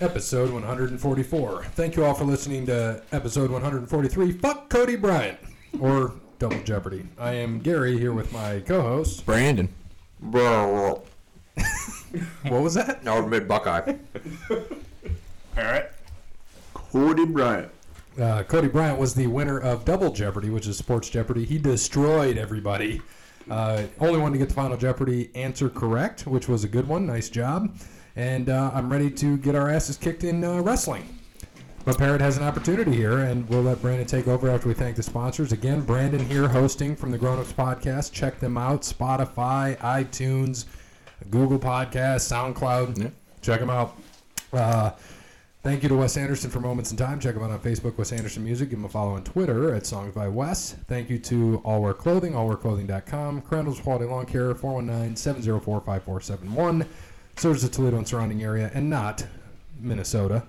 Episode 144. Thank you all for listening to episode 143. Fuck Cody Bryant or Double Jeopardy. I am Gary here with my co-host. Brandon. Bro, What was that? I would have been Buckeye. Parrot. Cody Bryant. Uh, Cody Bryant was the winner of Double Jeopardy, which is Sports Jeopardy. He destroyed everybody. Uh, only one to get the Final Jeopardy answer correct, which was a good one. Nice job. And uh, I'm ready to get our asses kicked in uh, wrestling. But Parrot has an opportunity here, and we'll let Brandon take over after we thank the sponsors. Again, Brandon here hosting from the Grown Ups Podcast. Check them out Spotify, iTunes, Google Podcasts, SoundCloud. Check them out. Uh, Thank you to Wes Anderson for Moments in Time. Check him out on Facebook, Wes Anderson Music. Give him a follow on Twitter at Songs by Wes. Thank you to All Wear Clothing, allwearclothing.com, Crandall's Quality Lawn Care, 419-704-5471, serves the Toledo and surrounding area and not Minnesota.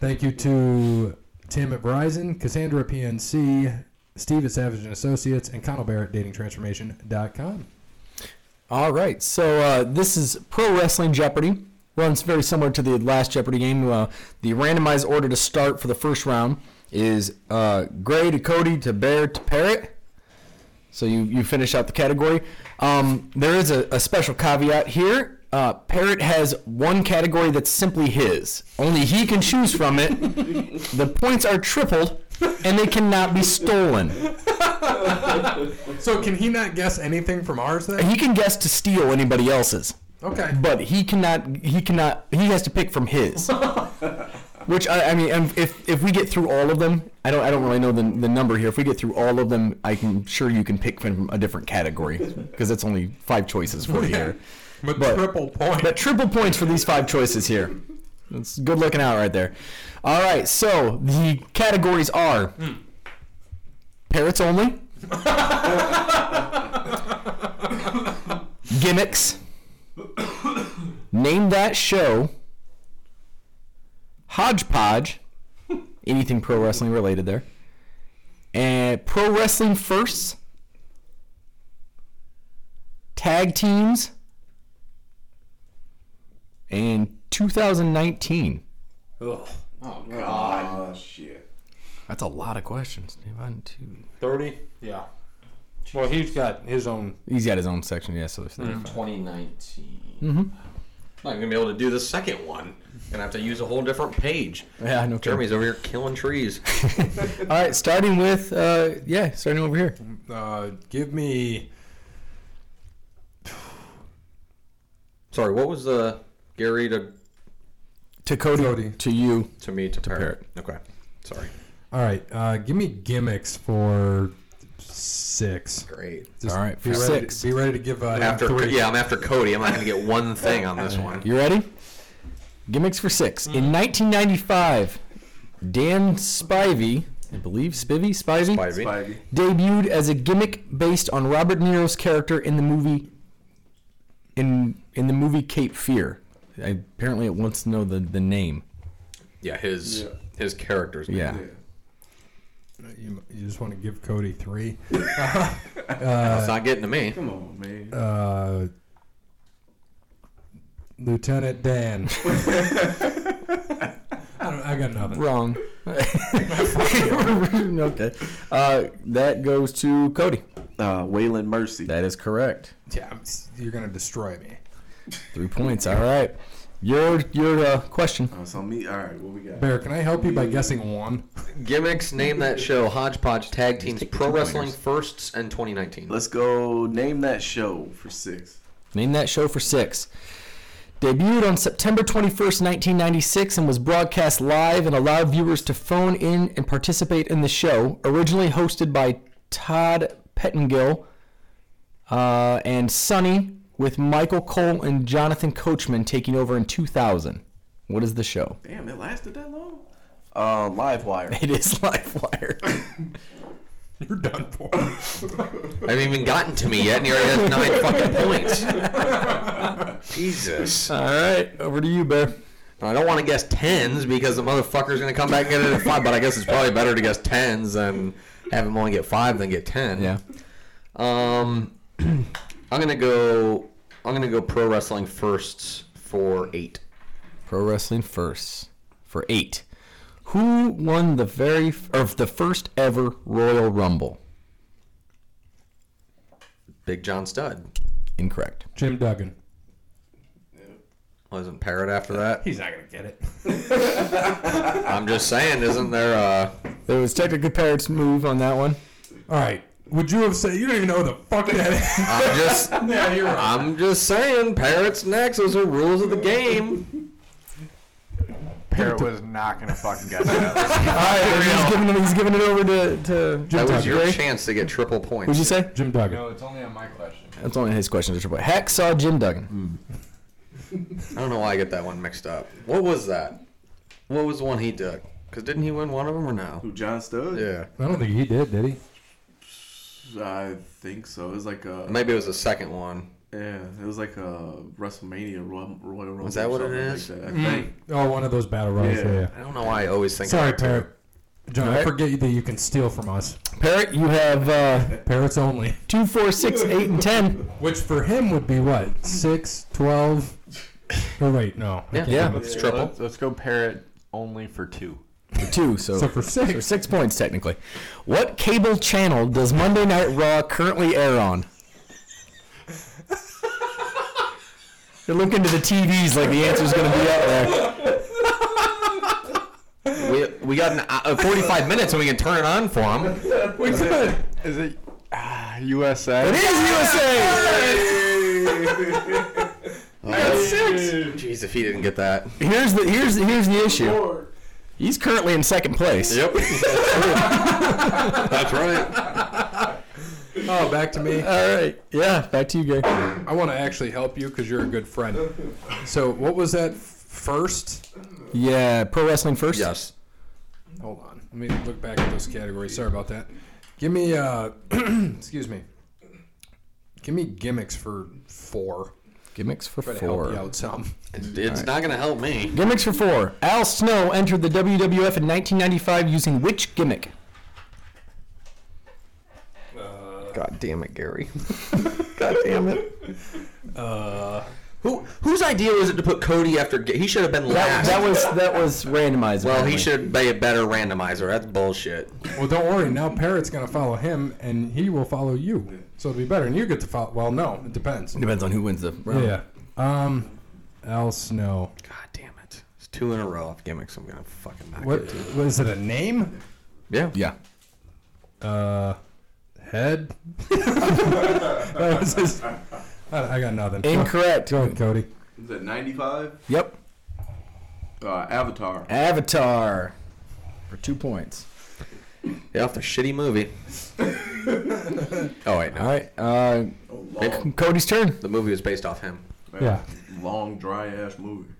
Thank you to Tim at Verizon, Cassandra at PNC, Steve at Savage and Associates, and Connell Barrett at datingtransformation.com. All right. So uh, this is Pro Wrestling Jeopardy. Runs very similar to the last Jeopardy game. Uh, the randomized order to start for the first round is uh, Gray to Cody to Bear to Parrot. So you, you finish out the category. Um, there is a, a special caveat here. Uh, Parrot has one category that's simply his. Only he can choose from it. the points are tripled, and they cannot be stolen. So can he not guess anything from ours then? He can guess to steal anybody else's. Okay. but he cannot he cannot he has to pick from his which I, I mean um, if if we get through all of them i don't i don't really know the, the number here if we get through all of them i can sure you can pick from a different category because it's only five choices for you here But, but- triple point. but triple points for these five choices here that's good looking out right there all right so the categories are parrots only gimmicks name that show hodgepodge anything pro wrestling related there and pro wrestling firsts tag teams and 2019 Ah, God. shit. that's a lot of questions One, two. 30? Yeah. Well, he's got his own. he's got his own section yeah so there's 2019. I'm not going to be able to do the second one. going to have to use a whole different page. yeah no kidding. Jeremy's over here killing trees. all right starting with uh yeah starting over here Uh, give me. Sorry, what was the Gary to, to Cody, Cody. to you to me to, parrot. Okay. Sorry. All right. Uh, give me gimmicks for six. Great. Just All right, Be for ready, six. To, be ready to give uh, After three. yeah, I'm after Cody. I'm not going to get one thing on this one. You ready? Gimmicks for six. In 1995, Dan Spivey, I believe Spivey, Spivey, Spivey. debuted as a gimmick based on Robert De Niro's character in the movie in in the movie Cape Fear. I apparently it wants to know the, the name. Yeah, his his characters. Yeah. You, you just want to give Cody three. it's not getting to me. Come on, man. Uh, Lieutenant Dan. I, don't, I got nothing. Wrong. okay. Uh, that goes to Cody. Uh, Waylon Mercy. That is correct. Yeah, I'm s- you're gonna destroy me. Three points. All right. Your your uh, question. Oh, so me. All right, what we got? Bear, can I help you by guessing one? Gimmicks, name that show, Hodgepodge, Tag Teams, take the Pro two Wrestling pointers. Firsts, and 2019. Let's go. Name that show for six. Name that show for six. Debuted on September 21st, 1996, and was broadcast live and allowed viewers to phone in and participate in the show. Originally hosted by Todd Pettingill uh, and Sonny, with Michael Cole and Jonathan Coachman taking over in 2000. What is the show? Damn, it lasted that long. Uh, Livewire. It is Livewire. You're done for. I haven't even gotten to me yet, and he already has nine fucking points. Jesus. All right, over to you, Bear. I don't want to guess tens because the motherfucker's going to come back and get it at five, but I guess it's probably better to guess tens than have him only get five than get ten. Yeah. Um, I'm going to go. I'm gonna go pro wrestling firsts for eight. Pro Wrestling First. for eight. Who won the very f- or the first ever Royal Rumble? Big John Studd. Incorrect. Jim Duggan. Wasn't Parrot after that? He's not gonna get it. I'm just saying, isn't there uh There was technically Parrot's move on that one. All right. Would you have said you don't even know who the fuck that is? I'm just yeah, you're right. I'm just saying, Parrot's next. Those are rules of the game. Parrot was not gonna fucking get that. All right, he's giving it, he's giving it over to, to That was your Gray. chance to get triple points. What'd you say? Jim Duggan. no, it's only on my question. That's only his question. Triple. Heck saw Jim Duggan. I don't know why I get that one mixed up. What was that? What was the one he took? Because didn't he win one of them or no? Who, John Stud? Yeah. I don't think he did, did he? I think so. It was like a Maybe it was the second one. yeah, it was like a WrestleMania Royal Royal Rumble. Was that or what it something like is? Mm. that, I think. Oh, one of those battle royals. Yeah. Yeah. yeah. I don't know why I always think. Sorry, about it. Parrot. John, I Alright. forget that you can steal from us. Parrot, you have uh, Parrots only. two, four, six, eight, and ten. Which for him would be what? 6, 12? Oh, wait, no. I Yeah. can't Yeah. do It's triple. Let's, let's go Parrot only for two. Two. it. So. So for so 6, six points technically. What cable channel does Monday Night Raw currently air on? They're looking to the TVs like the answer's going to be out there. We, we got an, uh, 45 minutes and we can turn it on for him. we could. Is it uh, USA? It is USA. Jeez, if he didn't get that. Here's the here's the, here's the issue. He's currently in second place. Yep. That's right. Oh, back to me. All right. Yeah. Back to you, Gary. I want to actually help you because you're a good friend. So what was that f- first? Yeah. Pro wrestling first. Yes. Hold on. Let me look back at those categories. Sorry about that. Give me, uh, excuse me. Give me gimmicks for four. Gimmicks for Try to help you four. out some. It's, it's not going to help me. Gimmicks for four. Al Snow entered the WWF in 1995 using which gimmick? God damn it, Gary. God damn it. Uh, Who whose idea was it to put Cody after? Ga- He should have been That, last. that was that was randomized. well, apparently. he should be a better randomizer. That's bullshit. Well, don't worry. Now Parrot's gonna follow him, and he will follow you. So it'll be better, and you get to follow. Well, no, it depends. Depends on who wins the round. Yeah. Um, Al Snow. God damn it. It's two in a row of gimmicks. I'm gonna fucking knock What it. was it? A name? Yeah. Yeah. Uh, head. that was his, I, I got nothing. Incorrect. Go ahead, Cody. Is that ninety five? Yep. Uh, Avatar. Avatar. For two points. Yeah, off the shitty movie. oh wait, All no. right. Uh, Oh, Long, Cody's turn. The movie was based off him. Yeah. long dry ass movie.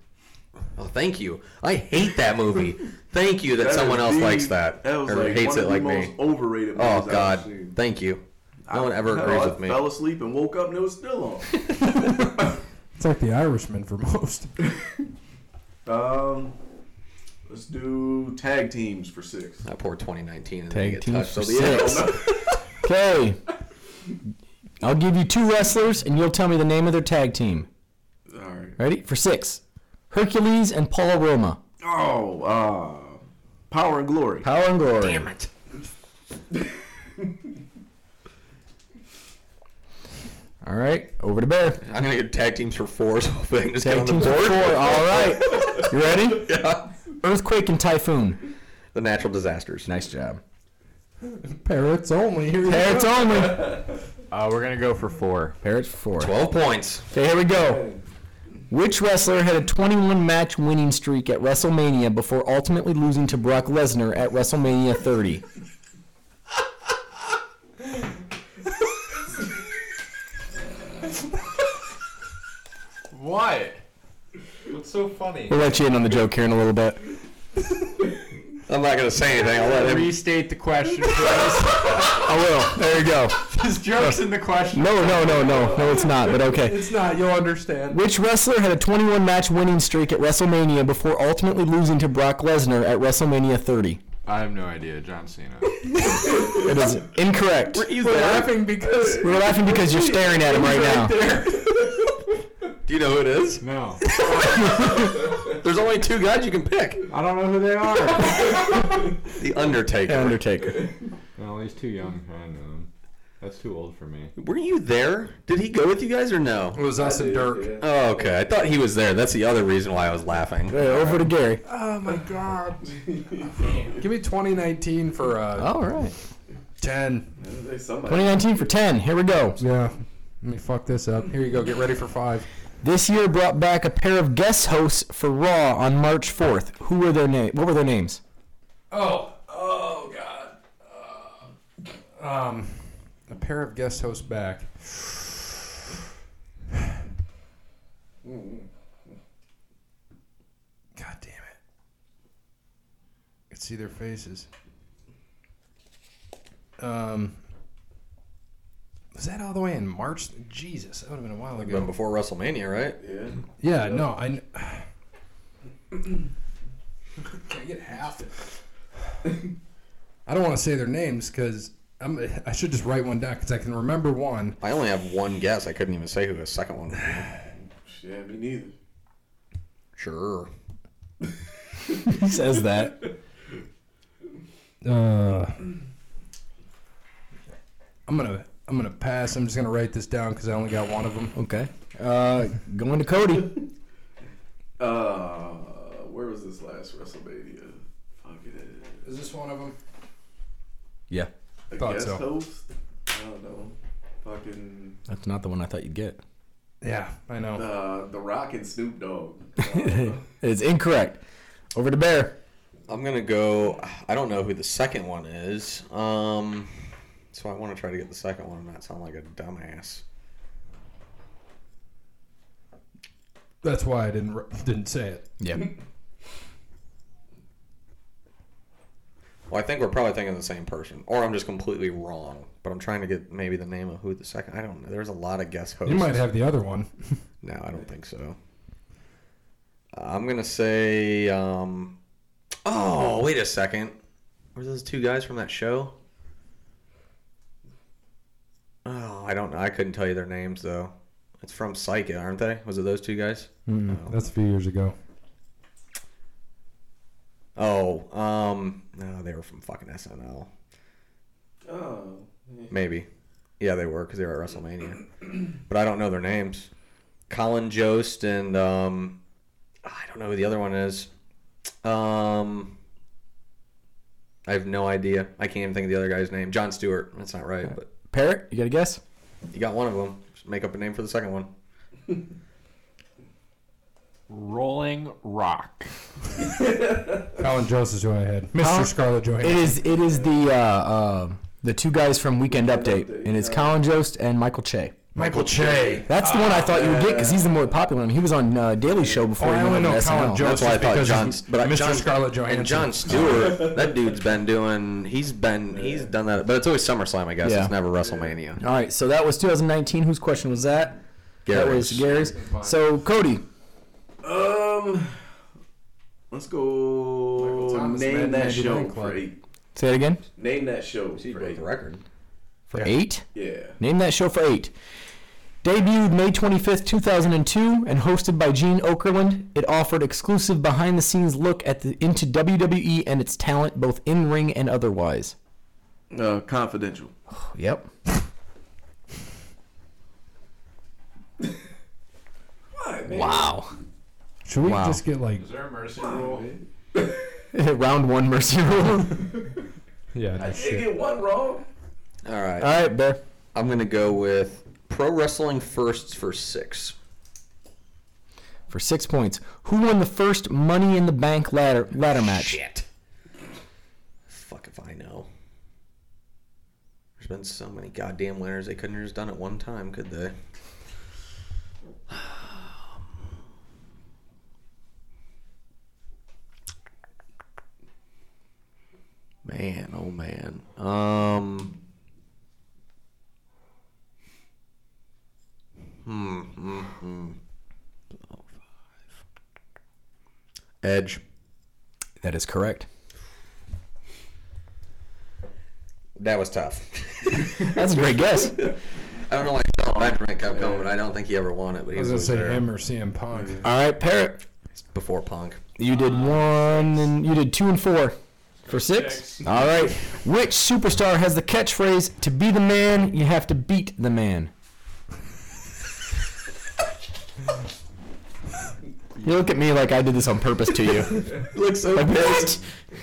Oh, thank you. I hate that movie. Thank you that, That someone is else the- likes that, That was or like hates one it of the like most me. Overrated. Oh movies I've God, seen. thank you. No one ever Hell, agrees I with me. Fell asleep and woke up and it was still on. It's like the Irishman for most. Um, let's do tag teams for six. I poured 2019 and Tag then get teams touched. for So the six. Okay. I'll give you two wrestlers, and you'll tell me the name of their tag team. All right. Ready? For six. Hercules and Paul Roma. Oh, uh, Power and Glory. Power and glory. Damn it. All right. Over to Bear. I'm gonna get tag teams for four, so if I can just get Tag on teams the for board. four. All right. You ready? Yeah. Earthquake and Typhoon. The natural disasters. Nice job. Parrots only. Here we Parrots go. only. Uh, we're gonna go for four. Parrots for four. Twelve points. Okay, here we go. Which wrestler had a 21 match winning streak at WrestleMania before ultimately losing to Brock Lesnar at WrestleMania 30? What? What's so funny? We'll let you in on the joke here in a little bit. I'm not gonna say anything. I'll let him. Restate the question for us. I will. There you go. His joke's in the question. No, no, no, no. No, it's not, but okay. It's not. You'll understand. Which wrestler had a 21 match winning streak at WrestleMania before ultimately losing to Brock Lesnar at WrestleMania 30? I have no idea. John Cena. It is incorrect. He's laughing because We're laughing because you're staring at him right now. Do you know who it is? No. There's only two guys you can pick. I don't know who they are. The Undertaker. Undertaker. No, he's too young. I don't know. That's too old for me. Were you there? Did he go with you guys or no? It was us and Dirk. Oh, okay. I thought he was there. That's the other reason why I was laughing. Hey, Uh, over to Gary. Oh my god. Give me 2019 for uh, All right. 10. Somebody. 2019 for 10. Here we go. Yeah. Let me fuck this up. Here you go. Get ready for five. This year brought back a pair of guest hosts for Raw on March 4th. Who were their name? What were their names? Oh. Oh god. Uh, um, a pair of guest hosts back. God damn it. I could see their faces. Um. Was that all the way in March? Jesus, that would have been a while ago. Been before WrestleMania, right? Yeah. Yeah, no, I. kn- Can I get half? I don't want to say their names because I'm. I should just write one down because I can remember one. I only have one guess. I couldn't even say who the second one. would be. Shit, me neither. Sure. He says that. Uh, I'm gonna. I'm gonna pass. I'm just gonna write this down because I only got one of them. Okay. Uh, going to Cody. Uh, where was this last WrestleMania? Fuck it. Is this one of them? Yeah. A Thought guest so. host? I don't know. Fucking That's not the one I thought you'd get. Yeah, I know. uh, The Rock and Snoop Dogg. Uh, It's incorrect. Over to Bear. I'm gonna go. I don't know who the second one is. Um, so I want to try to get the second one and not sound like a dumbass. That's why I didn't r- didn't say it. Yeah. Well, I think we're probably thinking of the same person, or I'm just completely wrong. But I'm trying to get maybe the name of who the second. I don't know. There's a lot of guest hosts. You might have the other one. No, I don't think so. Uh, I'm gonna say. Um, oh, wait a second. Were those two guys from that show? Oh, I don't know. I couldn't tell you their names though. It's from Psyche, aren't they? Was it those two guys? Hmm. That's a few years ago. Oh, um, no, they were from fucking SNL. oh, Maybe. Yeah, they were because they were at WrestleMania. but I don't know their names. Colin Jost and um, I don't know who the other one is. Um, I have no idea. I can't even think of the other guy's name. John Stewart. That's not right. But Parrot, you got a guess? you got one of them. Just make up a name for the second one. Rolling Rock. Colin Jost is who I had. Mr. Colin- Scarlett It Johansson. is. It is the uh, uh, the two guys from Weekend Update, and it's Colin Jost and Michael Che. Michael Che. That's the one I thought you would get because he's the more popular one. He was on uh, Daily Show before Oh, he I went only on know SNL. Colin Jost. That's why I Just thought because John. he's But I- Mr. John, Scarlett Johansson. And John Stewart. that dude's been doing. He's been. He's done that. But it's always SummerSlam, I guess. Yeah. It's never WrestleMania. All right, so that was 2019. Whose question was that? That was Gary's. So Cody, Um, let's Michael go. Thomas Name Madden that 99 show Club. for eight. say it again. Name that show for Broke eight. the record. For eight. Yeah. Name that show for eight. Debuted May 25th, 2002, and hosted by Gene Okerlund, it offered exclusive behind-the-scenes look at the into WWE and its talent, both in ring and otherwise. Uh, confidential. Yep. wow. Should we Wow. just get like Is there a mercy rule? Round one mercy rule. yeah? No You shit. get one wrong. All right. All right, Bear. I'm gonna go with pro wrestling firsts for six. For six points, who won the first Money in the Bank ladder ladder match? Shit. Fuck if I know. There's been so many goddamn winners. They couldn't have just done it one time, could they? Man, oh man. Um. Hmm. hmm, hmm. Oh, five. Edge. That is correct. That was tough. That's a great guess. I don't know why Shawn Benjamin kept coming, but I don't think he ever won it. But I he was was gonna always say there. him or CM Punk. All right, Parrot. It's before punk. You did one and you did two and four for six. Six. All right. Which superstar has the catchphrase "To be the man, you have to beat the man"? You look at me like I did this on purpose to you. Looks so Like, pissed. what?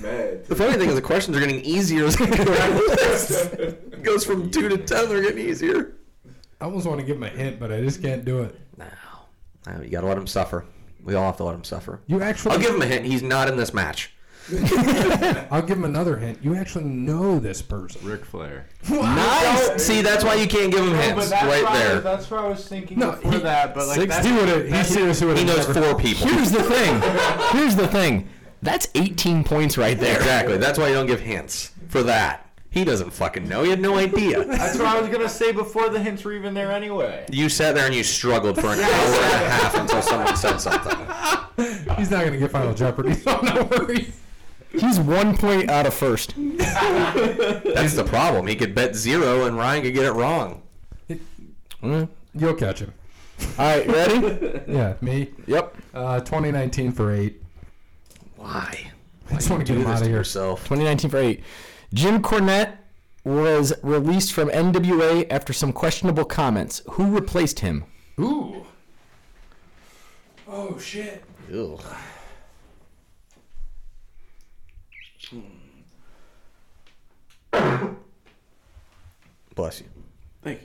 Mad. The funny thing is the questions are getting easier as we go down the list. It goes from two to ten, they're getting easier. I almost want to give him a hint, but I just can't do it. No. No, you gotta let him suffer. We all have to let him suffer. You actually, I'll give him a hint. He's not in this match. I'll give him another hint. You actually know this person. Ric Flair. Nice. See, that's why you can't give him No, hints. but that's right why, there. That's why I was thinking No, before he- that. But like Six, that's, he would have. He that's- seriously would He have. knows four people. Here's the thing. Here's the thing. That's 18 points right there. Exactly. That's why you don't give hints for that. He doesn't fucking know. He had no idea. that's what I was gonna say before the hints were even there anyway. You sat there and you struggled for an hour and a half until someone said something. He's not going to get Final Jeopardy. So no worries. He's one point out of first. That's the problem. He could bet zero and Ryan could get it wrong. You'll catch him. All right, ready? Yeah, me. yep. Uh, 2019 for eight. Why? I just want to Do get him this out to of here. yourself. 2019 for eight. Jim Cornette was released from NWA after some questionable comments. Who replaced him? Ooh. Oh shit. Ew. Bless you. Thank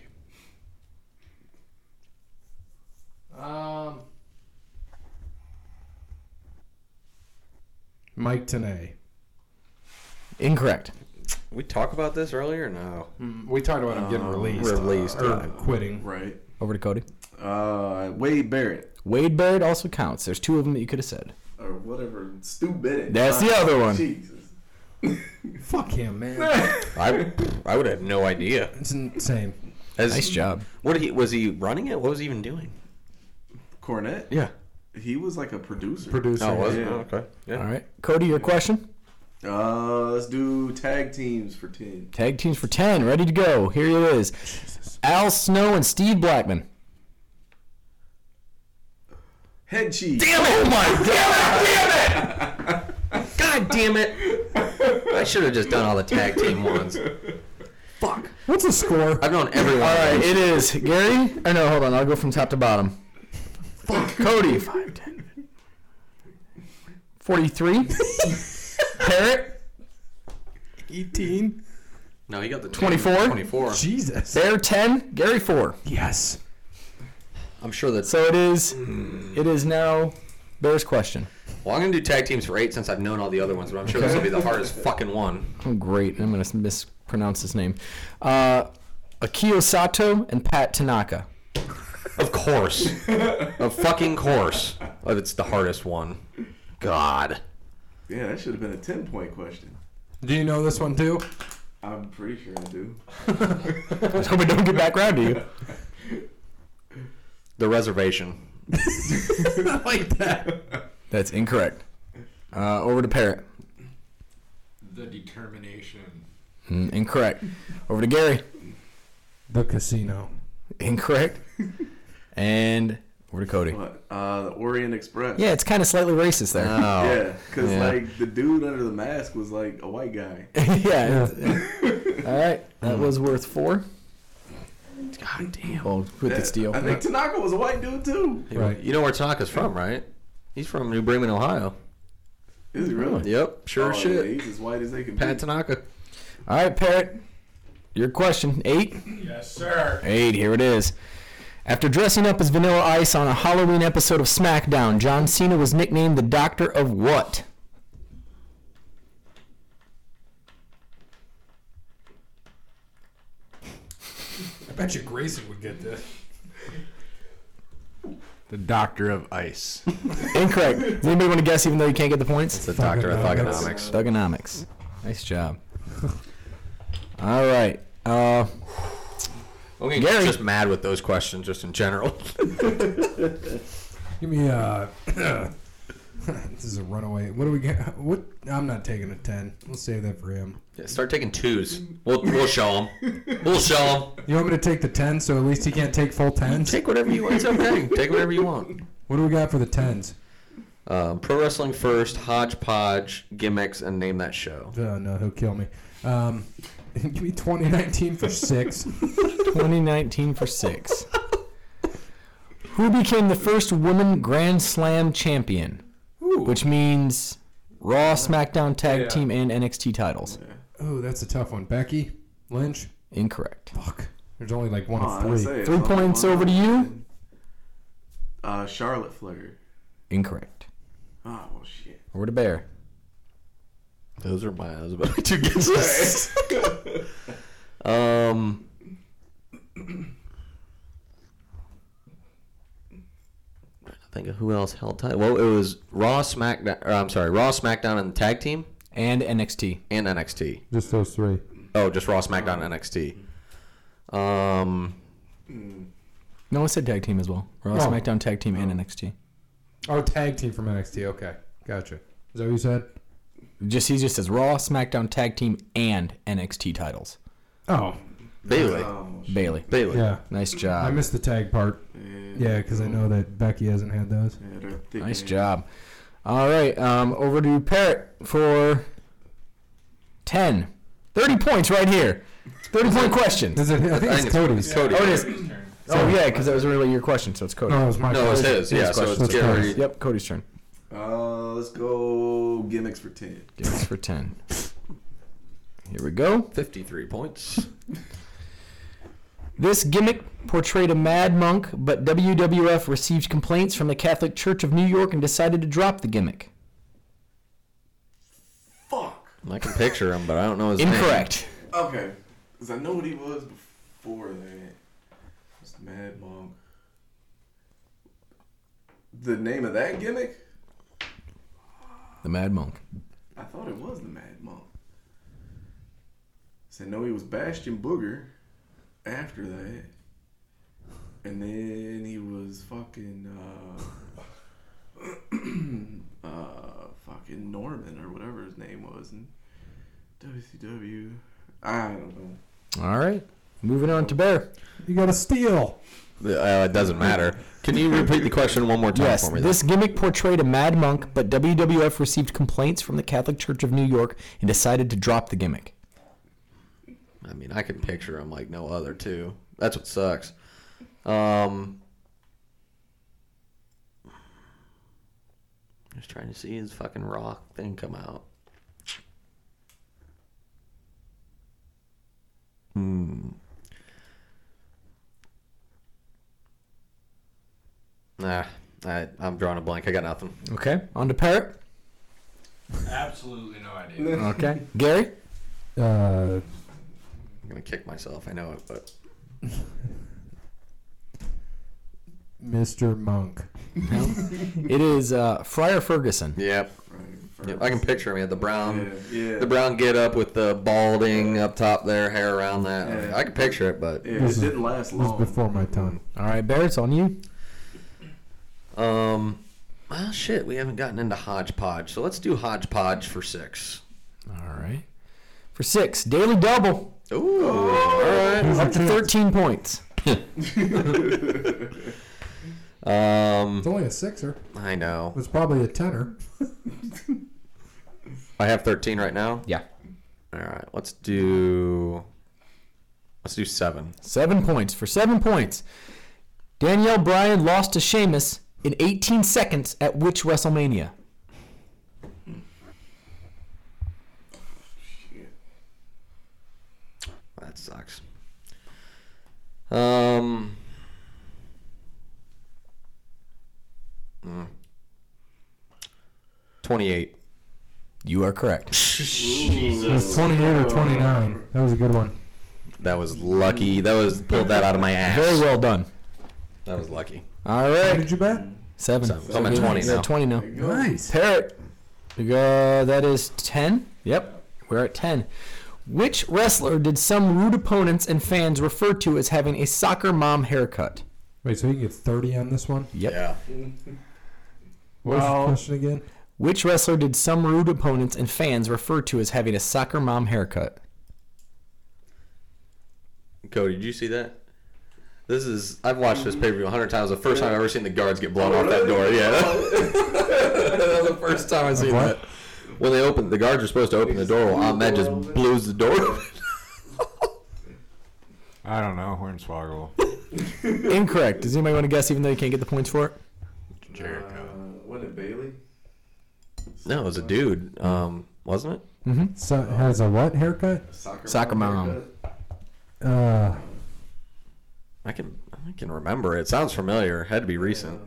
you. Um. Mike Tanay. Incorrect. We talk about this earlier? No. We talked about him getting released. Oh, uh, Released. or quitting. Right. Over to Cody. Uh, Wade Barrett Wade Barrett also counts. There's two of them that you could have said. or whatever. Stu Bennett. That's the other one. Jesus. Fuck him, man. I I would have no idea. it's insane. As- Nice job. What did he was he running it? What was he even doing? Cornette. Yeah. He was like a producer. Producer. Oh, was it? Yeah. Oh, okay. Yeah. All right. Cody, your question? Uh, let's do tag teams for ten. Tag teams for 10. Ready to go. Here it is Al Snow and Steve Blackman. Head cheese. Damn it! Oh my damn it! Damn it! God damn it! I should have just done all the tag team ones. Fuck. What's the score? I've known everyone. All right, it is Gary. Or no, hold on. I'll go from top to bottom. Cody. 43. Parrot. 18. No, you got the 24? 24. Jesus. Bear 10. Gary 4. Yes. I'm sure that's. So it is. It is now Bear's question. Well, I'm going to do tag teams for eight since I've known all the other ones, but I'm sure this will be the hardest fucking one. Oh, great. I'm going to mispronounce his name. Uh, Akio Sato and Pat Tanaka. Of course. of fucking course. Oh, it's the hardest one. God. Yeah, that should have been a ten point question. Do you know this one too? I'm pretty sure I do. I hope I don't get back around to you. The reservation. like that. That's incorrect. Uh, over to Parrot. The determination. Mm, Incorrect. Over to Gary. The casino. Incorrect. and over to Cody. What? Uh, the Orient Express. Yeah, it's kind of slightly racist there. Oh. Yeah, because Yeah. like the dude under the mask was like a white guy. yeah. Hmm. All right. That was worth four. God damn. Well, with the steal. I think Tanaka was a white dude too. Right. You know where Tanaka's from, right? He's from New Bremen, Ohio. Is he really? Yep. Sure Oh, as yeah, shit. he's as white as they can Pat be. Tanaka. All right, Parrot. Your question. Eight. Yes, sir. Eight. Here it is. After dressing up as Vanilla Ice on a Halloween episode of SmackDown, John Cena was nicknamed the Doctor of what? I bet you Grayson would get this. The Doctor of Ice. Incorrect. Does anybody want to guess, even though you can't get the points? The doctor of thugonomics. Thugonomics. Nice job. All right. Uh, I'm gonna get just mad with those questions, just in general. Give me a. this is a runaway. What do we get? What? I'm not taking a ten. We'll save that for him. Start taking twos. We'll we'll show them. We'll show them. You want me to take the ten, so at least he can't take full tens. Take whatever you want. It's okay. Take whatever you want. What do we got for the tens? Um, Pro Wrestling First, Hodgepodge, Gimmicks, and Name That Show. Oh, no, he'll kill me. Um, give me 2019 for six. 2019 for six. Who became the first woman Grand Slam champion? Which means Raw, SmackDown, Tag Yeah. Team, and NXT titles. Oh, that's a tough one. Becky Lynch. Incorrect. Fuck. There's only like one Oh, I of say three. it's Three not points over to you. Uh, Charlotte Flair. Incorrect. Oh well, shit. Over to Bear. Those are my, those are my two guesses. um, I think of who else held tight. Well, it was Raw, SmackDown. Or, I'm sorry, Raw, SmackDown, and the Tag Team, And NXT. and NXT. Just those three. Oh, just Raw, SmackDown, and NXT. Um, No, I said tag team as well. Raw, Oh. SmackDown, tag team, and NXT. Oh, tag team from NXT. Okay, gotcha. Is that what you said? Just he just says Raw, SmackDown, tag team, and NXT titles. Oh, Bailey. Oh, Bailey. Bailey. yeah. Nice I job. missed the tag part. Yeah, because I know that Becky hasn't had those. Yeah, they're thick Nice ass. job. All right, um, over to Parrot for 10. 30 points right here. 30 point question. Is it? I think it's Cody's. Cody. Oh, it is. Oh, yeah, because that was really your question, so it's Cody. No, it was my. No, it's fault. his. Yeah, so it's That's Gary. Cody's. Yep, Cody's turn. Uh, let's go gimmicks for ten. Give us for 10. Here we go. 53 points. This gimmick portrayed a mad monk, but WWF received complaints from the Catholic Church of New York and decided to drop the gimmick. Fuck. I can picture him, but I don't know his name. Incorrect. Okay, cause I know what he was before that. It's Mad Monk. The name of that gimmick? The Mad Monk. I thought it was the Mad Monk. Said no, he was Bastion Booger. After that, and then he was fucking uh, uh, fucking Norman or whatever his name was in WCW. I don't know. All right. Moving on to Bear. You got a steal. Uh, it doesn't matter. Can you repeat the question one more time Yes, for me? this gimmick portrayed a mad monk, but WWF received complaints from the Catholic Church of New York and decided to drop the gimmick. I mean, I can picture him like no other too. That's what sucks. Um, just trying to see his fucking rock thing come out. Hmm. Nah, I, I'm drawing a blank. I got nothing. Okay. On to Parrot. Absolutely no idea. Okay. Gary. Uh, I'm gonna kick myself. I know it, but Mr. Monk. It is uh, Friar Ferguson. yep. Right. Yep, I can picture him. He had the brown, Yeah, yeah. the brown get up with the balding up top there, hair around that. Yeah. I can picture it, but Yeah, it didn't last This is long. Uh, before my time. All right, Bear, it's on you. um, well, shit, we haven't gotten into hodgepodge, so let's do hodgepodge for six. All right. For six, daily double. Ooh, Oh. all right. Up to 13 points. Um, It's only a sixer. I know. It's probably a tenner. I have thirteen right now. Yeah. All right, let's do, let's do seven. Seven points. For seven points, Danielle Bryan lost to Sheamus in 18 seconds at which WrestleMania? That sucks. Um. mm. Twenty-eight. You are correct. It was 28 or 29. That was a good one. That was lucky. That was pulled that out of my ass. Very well done. That was lucky. All What right. did you bet? Seven. Seven. So I'm at 20 You're at now. 20 now. Nice. Parrot. We go, that is 10. Yep. We're at 10. Which wrestler did some rude opponents and fans refer to as having a soccer mom haircut? Wait, so you can get 30 on this one? Yep. Yeah. What was the Well- question again? Which wrestler did some rude opponents and fans refer to as having a soccer mom haircut? Cody, did you see that? This is I've watched this pay per view a hundred times. The first time I've ever seen the guards get blown off that door. Yeah, that was the first time I seen that. When they opened, the guards were supposed to open the door. Well, Ahmed just blows the door. open. I don't know. Hornswoggle. Incorrect. Does anybody want to guess, even though you can't get the points for it? Uh, Jericho. wasn't it Bailey? no, it was a dude, um, wasn't it? So, has a what haircut? Soccer, Soccer mom. haircut? Uh, I can I can remember it. Sounds familiar. Had to be recent.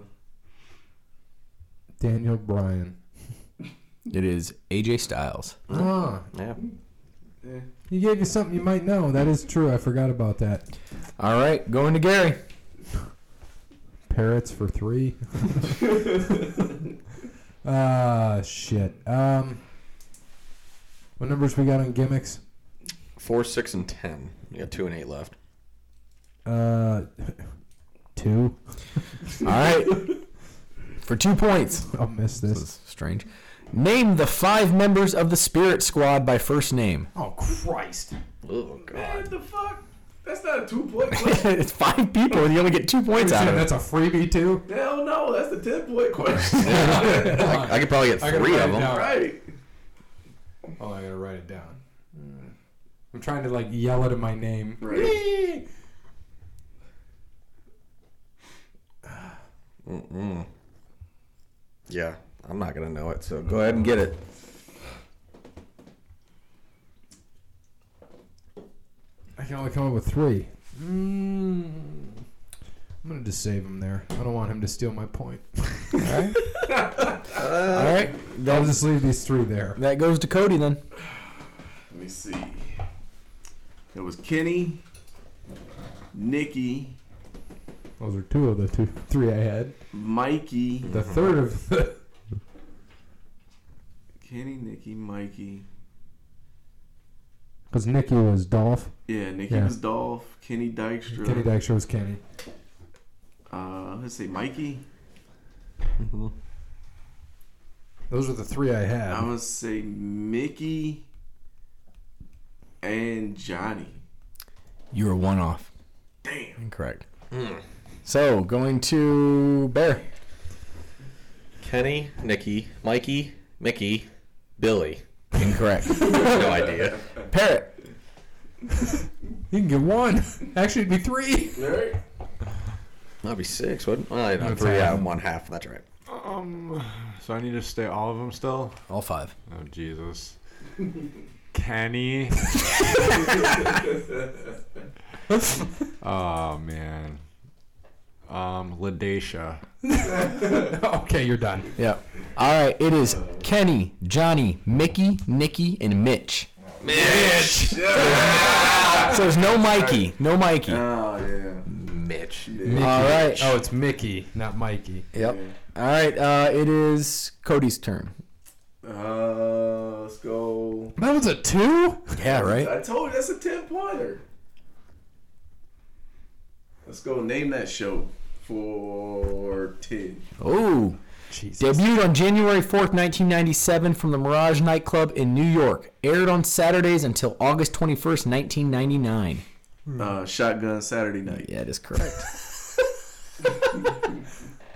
Daniel Bryan. It is AJ Styles. Ah, Yeah. Eh. he gave you something you might know. That is true. I forgot about that. All right, going to Gary. Parrots for three. Ah, shit. Um, what numbers we got on gimmicks? Four, six, and ten. You got two and eight left. Uh, two. All right, for two points. I'll miss This this. is strange. Name the five members of the Spirit Squad by first name. Oh Christ! Oh god. What the fuck? That's not a two point question. it's five people, and you only get two points out of it. That's a freebie too. Hell no, that's the ten point question. I, I could probably get I gotta three write of it them. down. right. Oh, I gotta write it down. I'm trying to like yell it in my name. Right. Mm-mm. Yeah, I'm not gonna know it. So go ahead and get it. I can only come up with three. Mm. I'm gonna just save him there. I don't want him to steal my point. All right, I'll just leave these three there. that goes to Cody then. Let me see. It was Kenny, Nikki, Those are two of the two, three I had. Mikey, The third of the Kenny, Nikki, Mikey. because Nikki was Dolph. Yeah, Nikki Yeah. was Dolph, Kenny Dykstra. Kenny Dykstra was Kenny. uh, let's say Mikey. Those are the three I had. Oh. I'm gonna say Mickey and Johnny. You were one off. Damn. Incorrect. So going to Bear. Kenny, Nikki, Mikey, Mickey, Billy. Incorrect. No idea. Parrot. you can get one. Actually, it'd be three. Right. That'd be six, wouldn't? Well, no, That's three half. out and one half. That's right. Um, so I need to stay all of them still. All five. Oh Jesus. Kenny. oh man. Um, Ladacia. okay, you're done. Yeah. All right. It is Kenny, Johnny, Mickey, Nikki, and Mitch. Mitch. So there's no Mikey. No Mikey. All Oh yeah. Mitch. right. Oh, it's Mickey, not Mikey. Yep. All right. Uh, it is Cody's turn. Uh, let's go. That was a two. Yeah. Right. I told you that's a ten pointer. Let's go. Name that show for ten. Oh. Jesus. Debuted on January 4th, 1997, from the Mirage nightclub in New York. Aired on Saturdays until August 21st, 1999. Uh, Shotgun Saturday Night. Yeah, that is correct.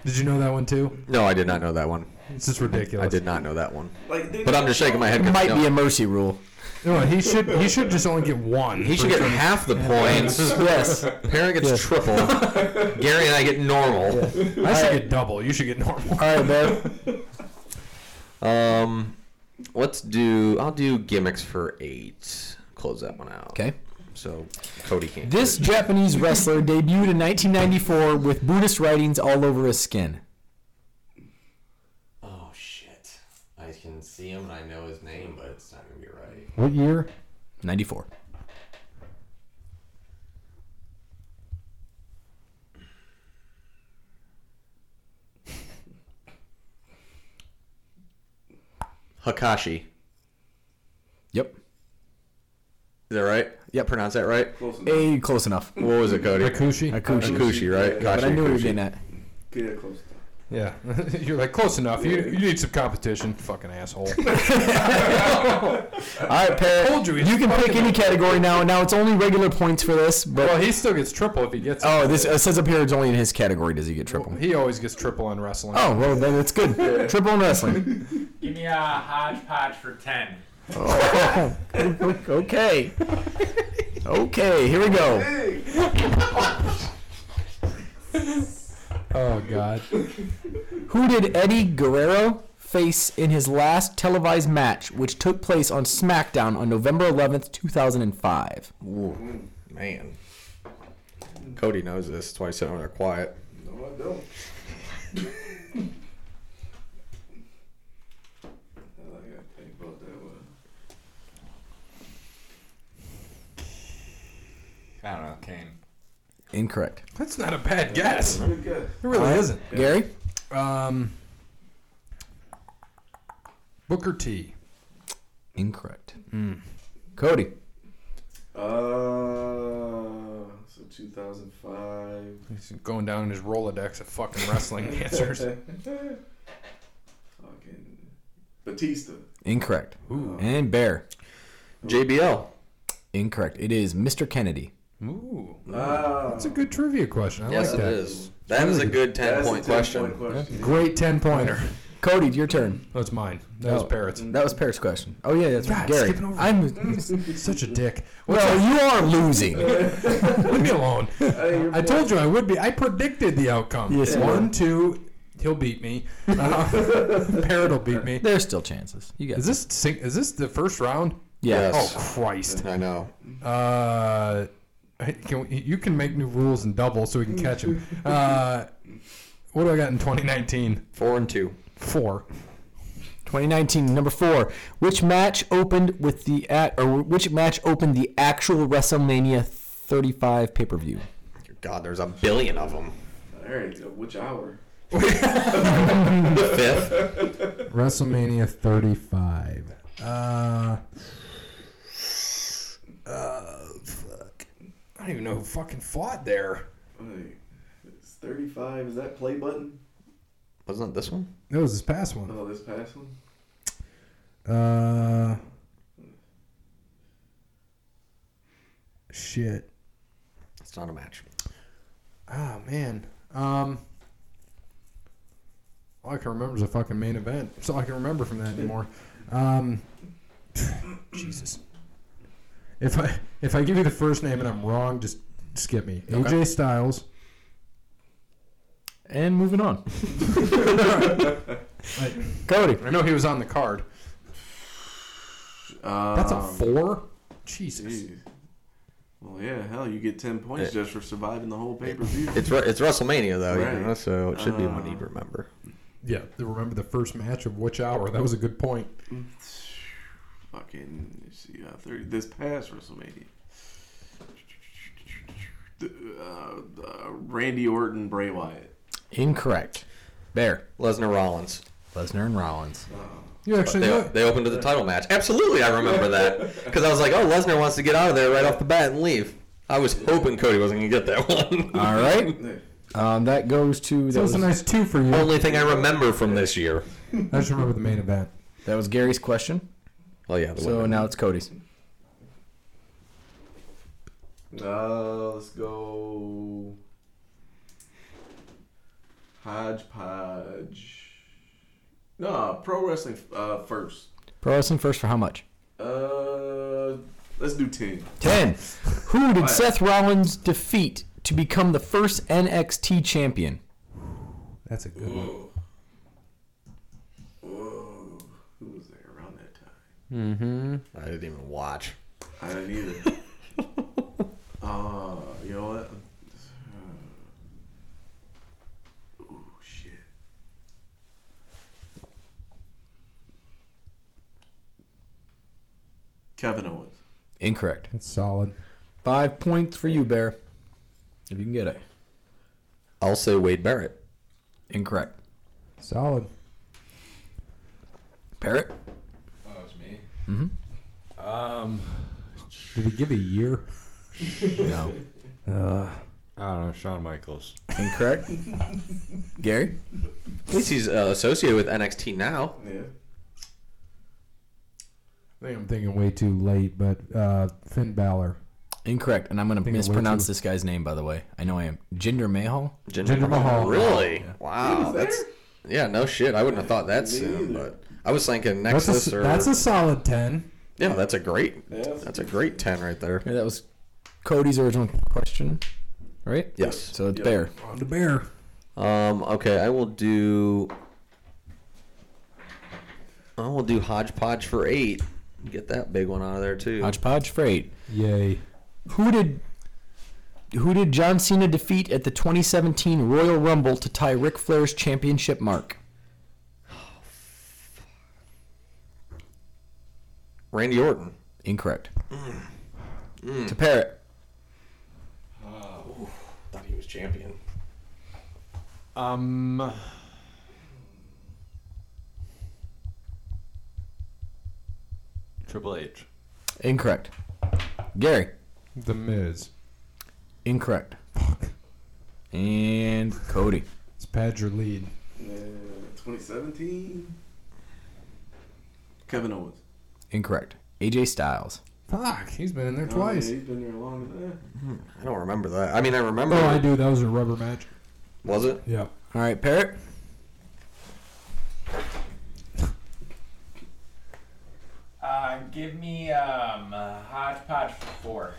Did you know that one too? No, I did not know that one. It's just ridiculous. I did not know that one. Like, they- But I'm just shaking my head. It 'cause might no. be a mercy rule. No, he should. He should just only get one. He should get half the points. Yes. Parent gets triple. Gary and I get normal. I should get double. You should get normal. All right, Bear. Um, let's do. I'll do gimmicks for eight. Close that one out. Okay. So Cody can't. do This Japanese wrestler debuted in 1994 with Buddhist writings all over his skin. Oh shit! I can see him and I know his name, but it's not gonna be right. What year? 94. Hakashi. Is Yep. that right? Yeah, pronounce that right. Close enough. Hey, close enough. What was it, Cody? Akushi. Akushi. Akushi, right? Yeah, But I Kashi knew what you were Akushi. getting at. Yeah, close enough. Yeah, you're like close enough. You, you need some competition, fucking asshole. All right, Parrot. Told you, you, it's can pick fucking- any category now. Now it's only regular points for this, but well, he still gets triple if he gets. it. oh, this it says up here it's only in his category. Does he get triple? He always gets triple on wrestling. Oh, well then it's good. triple in wrestling. Give me a hodgepodge for 10. Oh. okay. Okay, here we go. Oh god. Who did Eddie Guerrero face in his last televised match, which took place on SmackDown on November 11th, 2005? Ooh, man. Cody knows this. That's why he's sitting over there quiet. No, I don't. I like I think about that one. I don't know, Kane. Incorrect. That's not a bad guess. Oh, It Good guess. really isn't. Gary? Um, Booker T. Incorrect. Hmm. Cody? Uh, so 2005. He's going down in his Rolodex of fucking wrestling answers. Fucking Batista. Incorrect. And Bear? JBL. Incorrect. It is Mr. Kennedy. Ooh, Ah, that's a good trivia question. I Yes, like it that. is. That is a good 10 that's a point 10 question. question. Great ten pointer. Cody, your turn. That's mine. That was Oh. parrots. That was Paris' question. Oh yeah, that's right. God, Gary. skipping over. I'm Such a dick. What's Well, you are losing. up? Leave me alone. I told you I would be. I predicted the outcome. Yes, you One, two. He'll beat me. Uh, Parrot will beat me. There's still chances. You guys. Is this sing- is this the first round? Yeah. Yes. Oh Christ. I know. Uh, can we, you can make new rules and double so we can catch him. Uh, what do I got in 2019? Four and two. Four. 2019, number four. Which match opened with the at or which match opened the actual WrestleMania 35 pay per view? God, there's a billion of them. All right, so which hour? The fifth. WrestleMania 35. Uh, uh, fuck. I don't even know who fucking fought there. Wait, it's 35. Is that play button? Wasn't it this one? That was his past one. Oh, this past one? Uh, shit. It's not a match. Oh man. Um. All I can remember is a fucking main event. That's all I can remember from that anymore. Um. Jesus. If I if I give you the first name and I'm wrong, just skip me. AJ Styles. And moving on. I, Cody. I know he was on the card. Um, That's a four. Jesus. Jeez. Well, yeah, hell, you get 10 points just for surviving the whole pay per view. It's re- it's WrestleMania though, you Right. know, so it should be one Uh. you remember. Yeah. Remember the first match of which hour? That was a good point. Fucking, let's see, uh, 30, this past WrestleMania. The, Uh, uh, Randy Orton, Bray Wyatt. Incorrect. Bear. Lesnar Rollins. Lesnar and Rollins. You They, actually know. they opened to the title match. Absolutely, I remember that because I was like, oh, Lesnar wants to get out of there right off the bat and leave. I was hoping Cody wasn't gonna get that one. All right. Um, that goes to that That was was, a nice two for you. Only thing I remember from this year. I just remember the main event. that was Gary's question. Oh yeah, the So women. now it's Cody's. Uh, let's go. Hodgepodge. No, pro wrestling uh, first. Pro wrestling first for how much? Uh, let's do 10. 10. Who did What? Seth Rollins defeat to become the first NXT champion? That's a good one. Whoa. Whoa. Who was there around that time? I didn't even watch. I didn't either. uh, you know what? Uh, ooh, shit. Kevin Owens. Incorrect. That's solid. Five points for you, Bear. If you can get it. I'll say Wade Barrett. Incorrect. Solid. Parrot. Oh, it was me. Mm-hmm. Um, Did he give a year? No. Uh, I don't know, Shawn Michaels. Incorrect. Gary? At least he's uh, associated with NXT now. Yeah. I think I'm thinking way too late, but uh, Finn Balor. Incorrect. And I'm going to Think of way mispronounce too- this guy's name, by the way. I know I am. Jinder Mahal? Jinder, Jinder Mahal. Really? He Wow. was That's yeah. No shit. I wouldn't have thought that soon, but I was thinking That's a, Nexus s- or that's a solid 10. yeah. That's a great. Yeah. That's a great ten right there. Yeah, that was Cody's original question, right? Yes. So it's Bear. On the bear. Um. Okay. I will do. I will do hodgepodge for eight. Get that big one out of there too. Hodgepodge Freight. Yay. Who did who did John Cena defeat at the 2017 Royal Rumble to tie Ric Flair's championship mark? Randy Orton. Incorrect. To Parrot. Thought he was champion. Um. Triple H. Incorrect. Gary. The Miz. Incorrect. And Cody. Let's pad your lead. Yeah, 2017. Kevin Owens. Incorrect. AJ Styles. Fuck, he's been in there Oh, twice. yeah, he's been there longer than that. I don't remember that. I mean, I remember. Oh, I do. That was a rubber match. Was it? Yeah. All right, Parrot. Uh, give me um, uh, hodgepodge for four.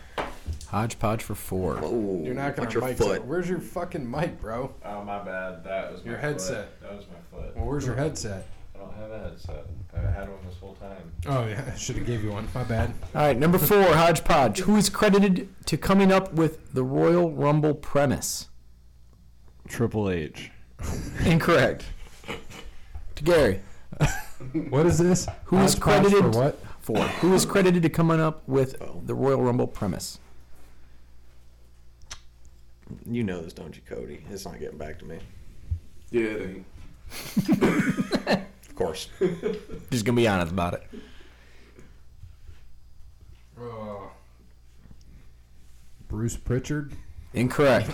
Hodgepodge for four. Oh, You're not going watch to your mic. foot. Where's your fucking mic, bro? Oh, my bad. That was my Your foot. headset. That was my foot. Well, where's your headset? I don't have a headset. I've had one this whole time. Oh, yeah. I should have gave you one. My bad. All right, number four, Hodgepodge. Who is credited to coming up with the Royal Rumble premise? Triple H. Incorrect. To Gary. What is this? Who is Hodgepodge credited- For what? Four. Who is credited to coming up with the Royal Rumble premise? You know this, don't you, Cody? It's not getting back to me. Yeah, it ain't. Of course. Just gonna be honest about it. Uh, Bruce Pritchard? Incorrect.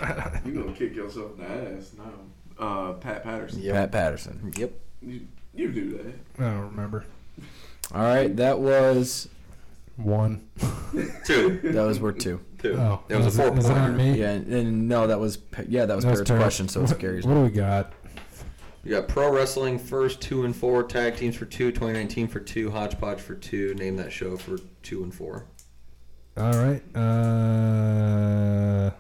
You gonna kick yourself in the ass now. Uh, Pat Patterson. Pat Patterson. Yep. You, you do that. I don't remember. All right, that was One. Two. that was worth two. Two. Oh. It was a is Is it on four-pointer. me? Yeah, and, and no, that was yeah, that was That's Parrot's terrible. question, so it's Gary's. What do we got? You got pro wrestling first, two and four, tag teams for two, 2019 for two, hodgepodge for two, name that show for two and four. All right. Uh,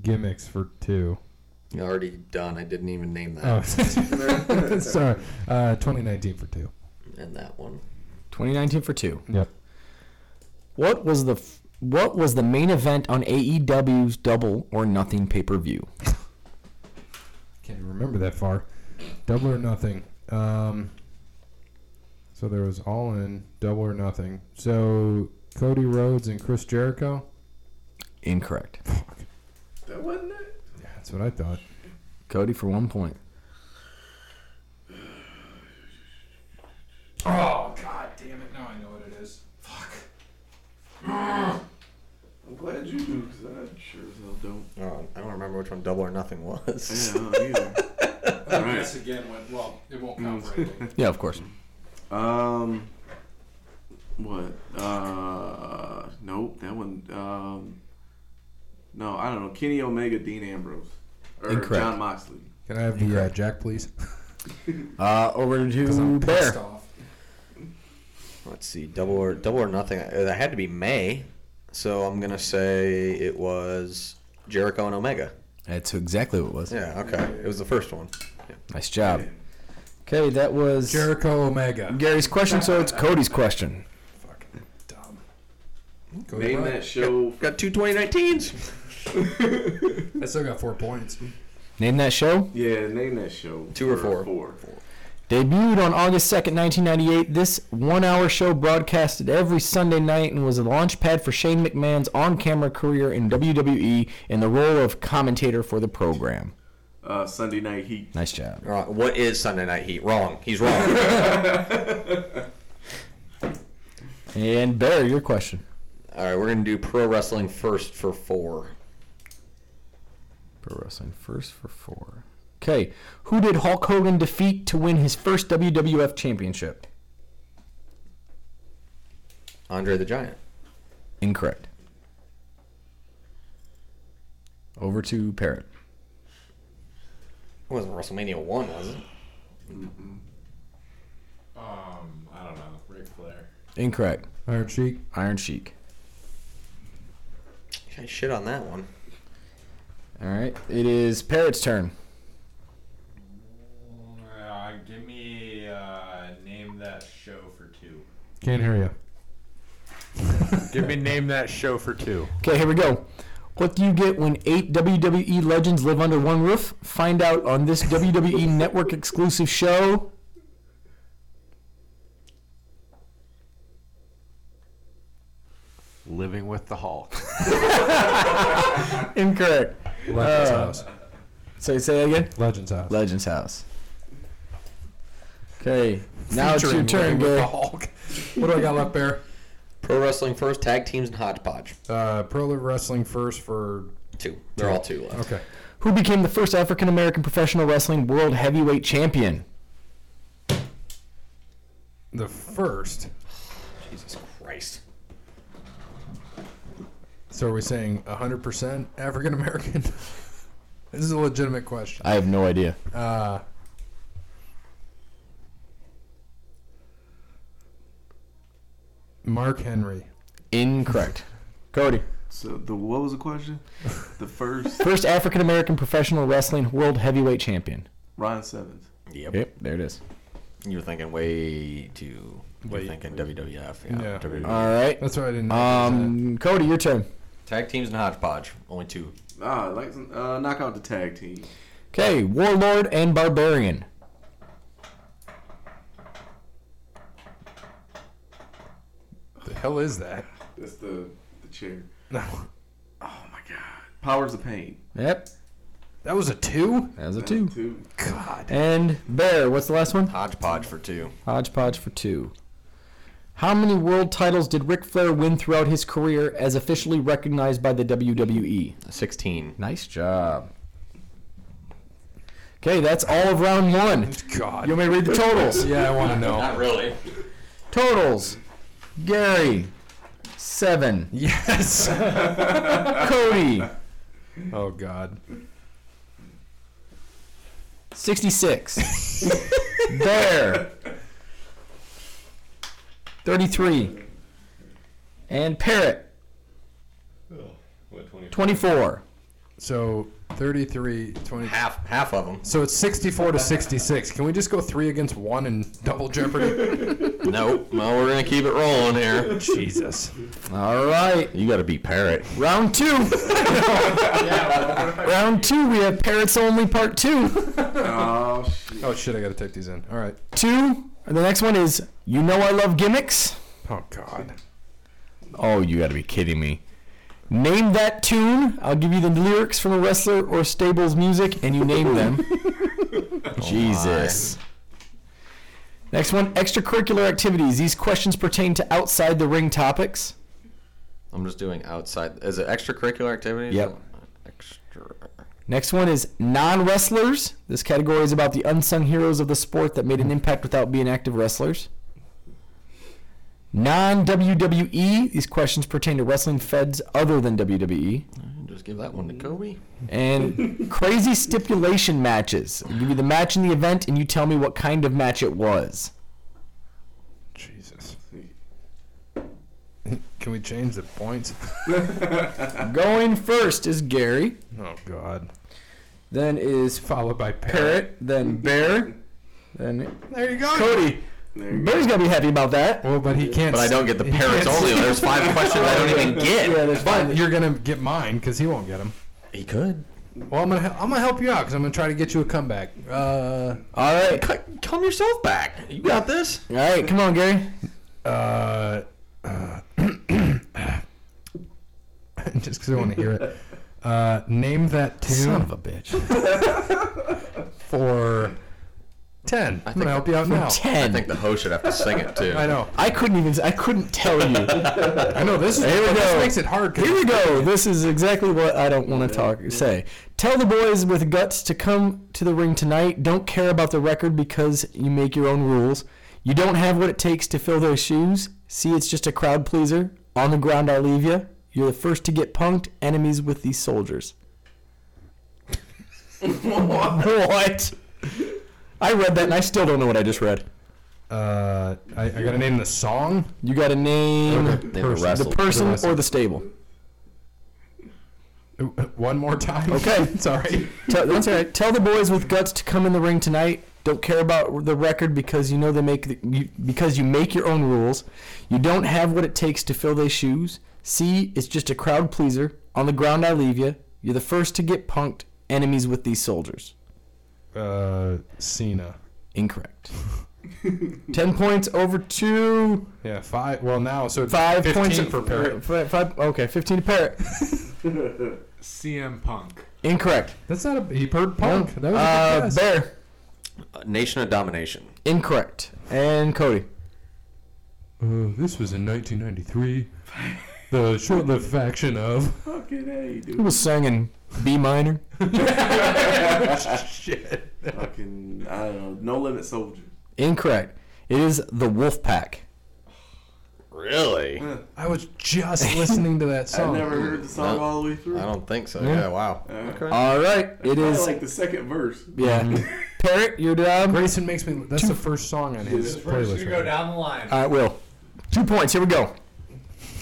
gimmicks for two. You already done. I didn't even name that. Oh, sorry. Uh, 2019 for two. And that one. 2019 for two. Yep. What was the f- what was the main event on AEW's Double or Nothing pay per view? Can't even remember that far. Double or nothing. Um, so there was all in double or nothing. So Cody Rhodes and Chris Jericho. Incorrect. That wasn't it. Yeah, that's what I thought. Cody for one point. Oh God damn it! Now I know what it is. I'm glad you do, because I sure as hell don't. Oh, I don't remember which one double or nothing was. Yeah, I don't either. All right. again went well. It won't count for anything. Yeah, of course. Um, what? Uh, nope, that one. Um, no, I don't know. Kenny Omega, Dean Ambrose, or Incorrect. John Moxley. Can I have the uh, jack, please? Uh, over to Bear. Let's see. Double or double or nothing. Uh, That had to be May. So I'm gonna say it was Jericho and Omega. That's exactly what it was. Yeah. Okay. It was the first one. Nice job. Okay, that was Jericho Omega. Gary's question, so it's Cody's question. Fucking dumb. Name that show. Got two 2019s. I still got four points. Name that show. Yeah, name that show. Two or four? Four. Debuted on August 2nd, 1998, this one hour show broadcasted every Sunday night and was a launch pad for Shane McMahon's on camera career in WWE in the role of commentator for the program. Uh, Sunday Night Heat. Nice job. Wrong. What is Sunday Night Heat? Wrong. He's wrong. And Bear, your question. All right, we're gonna do pro wrestling first for four. Pro Wrestling First for four. Okay, who did Hulk Hogan defeat to win his first WWF championship? Andre the Giant. Incorrect. Over to Parrot. It wasn't WrestleMania 1, was it? Um, I don't know. Ric Flair. Incorrect. Iron Sheik. Iron Sheik. I shit on that one. All right, it is Parrot's turn. Uh, give me uh, name that show for two. Can't hear you. Give me name that show for two. Okay, here we go. What do you get when eight WWE legends live under one roof? Find out on this WWE Network exclusive show. Living with the Hulk. Incorrect. Legends Uh. House. So you say that again? Legends House. Legends House. Okay, now it's your Featuring Living turn, with the Gary. Hulk. What do I got left there? Pro Wrestling First, Tag Teams, and Hodgepodge. Uh, Pro Wrestling First for Two. They're all two left. okay. Who became the first African American professional wrestling world heavyweight champion? The first. Jesus Christ. So are we saying 100% African American? this is a legitimate question. I have no idea. Uh, Mark Henry. Incorrect. Cody. So the what was the question? The first First African American professional wrestling world heavyweight champion. Ron Sevens. Yep. Yep, there it is. You were thinking way too. Way- You're thinking WWF. Yeah. Yeah. WWF. All right. That's why I didn't. know what you said. Um, Cody, your turn. Tag Teams and Hodgepodge. Only two. Ah, like some- uh, knock out the tag team. Okay, Warlord and Barbarian. the hell is that? That's the the chair. No, Oh my god. Powers of Pain. Yep, that was a two. that was a two. Two. God. And Bear, what's the last one? Hodgepodge for two. Hodgepodge for two. How many world titles did Ric Flair win throughout his career as officially recognized by the E? WWE? 16. Nice job. Okay, that's all of round one. God. You want me to read the totals? Yeah, I want to know. really. Totals. Gary, seven. Yes. Cody, Oh God. 66. Bear, 33. And Parrot, What, 20? 24. So 33, 20. Half half of them. So it's 64 to 66. Can we just go three against one and double jeopardy? nope. Well, we're going to keep it rolling here. Jesus. All right. You got to beat Parrot. Round two. Round two, we have Parrots Only Part Two. Oh shit. Oh shit! I gotta take these in. All right. Two. And the next one is You Know I Love Gimmicks. Oh God. Oh, you gotta be kidding me. Name that tune. I'll give you the lyrics from a wrestler or stable's music, and you name them. Jesus. Next one extracurricular activities. These questions pertain to outside the ring topics. I'm just doing outside. Is it extracurricular activities? Yep. Extra. Next one is non wrestlers. This category is about the unsung heroes of the sport that made an impact without being active wrestlers. Non WWE. E. These questions pertain to wrestling feds other than WWE. Just give that one to Kobe. and crazy stipulation matches. I'll give you the match and the event, and you tell me what kind of match it was. Jesus. Can we change the points? Going first is Gary, Oh God. then is Followed by parrot. Parrot, then Bear, then There you go. Cody. There you go. Bear's gonna be happy about that. Well, but he can't. But I don't get the he parrots can't- only. There's five questions I don't even get. Yeah, there's But fun. you're gonna get mine because he won't get them. He could. Well, I'm gonna hel- I'm gonna help you out because I'm gonna try to get you a comeback. Uh, All right, all Cut, calm yourself back. You got this. right, come on, Gary. uh, uh just because I want to hear it. Uh, name that tune Son of a bitch. for ten. I'm gonna help you out now. I think Ten. the host should have to sing it too. I know. I couldn't even. I couldn't tell you. I know. This is Here we this go. makes it hard. 'cause Here we go. This is exactly what I don't want to talk say. Tell the boys with guts to come to the ring tonight. Don't care about the record because you make your own rules. You don't have what it takes to fill their shoes. See, it's just a crowd pleaser. On the ground, I'll leave you. You're the first to get punked. Enemies with these soldiers. what? I read that and I still don't know what I just read. Uh, I, I gotta name the song. You got to name They were Person- the wrestled. the person wrestle. or the stable. uh, One more time. Okay. Sorry. Tell, that's all right. Tell the boys with guts to come in the ring tonight. Don't care about the record because you know they make the, you, because you make your own rules. You don't have what it takes to fill their shoes. See, it's just a crowd pleaser. On the ground, I leave you. You're the first to get punked. Enemies with these soldiers. Uh, Cena. Incorrect. Ten points over two. Yeah, five. Well, now so Five 15 points for Parrot. Five, five, okay, fifteen to Parrot. CM Punk. Incorrect. That's not a. He heard punk. That was a good Uh, guess. Bear. Uh, Nation of Domination. Incorrect. And Cody. Uh, this was in 1993. The short-lived faction of. Fucking hey, Who dude. was singing B minor? Shit. Fucking I don't know. No limit soldier. Incorrect. It is the Wolf Pack. Really? I was just listening to that I song. never heard the song all the way through. I don't think so. Yeah. Wow. Okay. All right. It Probably is. like the second verse. yeah. Parrot, your job. Grayson makes me. That's the first song on his First playlist. to right go now. down the line. Uh, All right, Will. Two points. Here we go.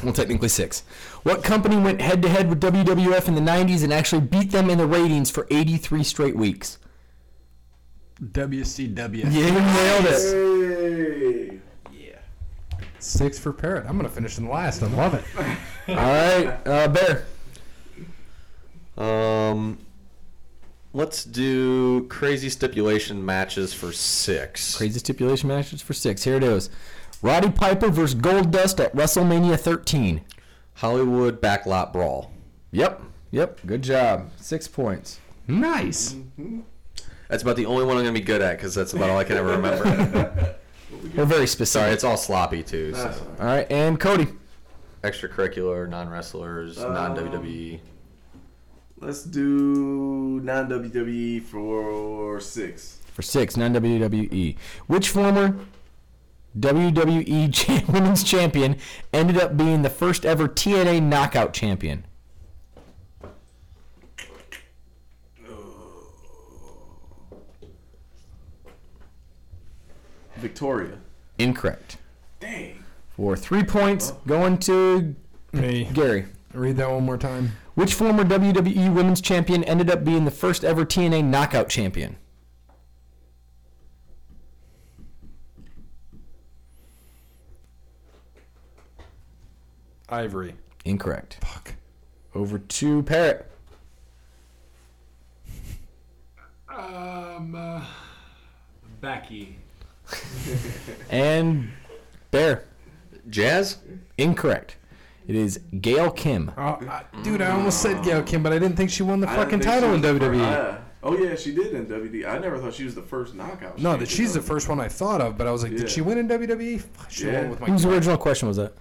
Well, technically six. What company went head to head with WWF in the 90s and actually beat them in the ratings for 83 straight weeks? WCW. You nailed it. Hey. Six for Parrot. I'm gonna finish in last. I love it. All right. Uh, Bear. Um, let's do crazy stipulation matches for six. Crazy stipulation matches for six. Here it is. Roddy Piper versus Gold Dust at WrestleMania 13. Hollywood backlot brawl. Yep. Yep. Good job. Six points. Nice. That's about the only one I'm gonna be good at because that's about all I can ever remember. We're very Sorry, specific. it's all sloppy too. So. That's all right. All right. And Cody. Extracurricular, non wrestlers, non WWE. Let's do non WWE for six. for six, non WWE. Which former WWE cha- Women's Champion ended up being the first ever TNA Knockout Champion? Victoria. Incorrect. Dang. For three points, going to Hey, Gary. read that one more time. Which former WWE Women's Champion ended up being the first ever TNA Knockout Champion? Ivory. Incorrect. Fuck. Over to Parrot. Um, uh, Becky. And Bear. Jazz? Incorrect. It is Gail Kim. Oh, I, dude, I almost said Gail Kim, but I didn't think she won the I fucking didn't think title she in E. was the WWE. fir- I- oh yeah, she did in WWE. I never thought she was the first knockout. No, champion, that she's the though. first one I thought of, but I was like, Yeah. did she win in WWE? Fuck, She Yeah. won with my Whose original question was that?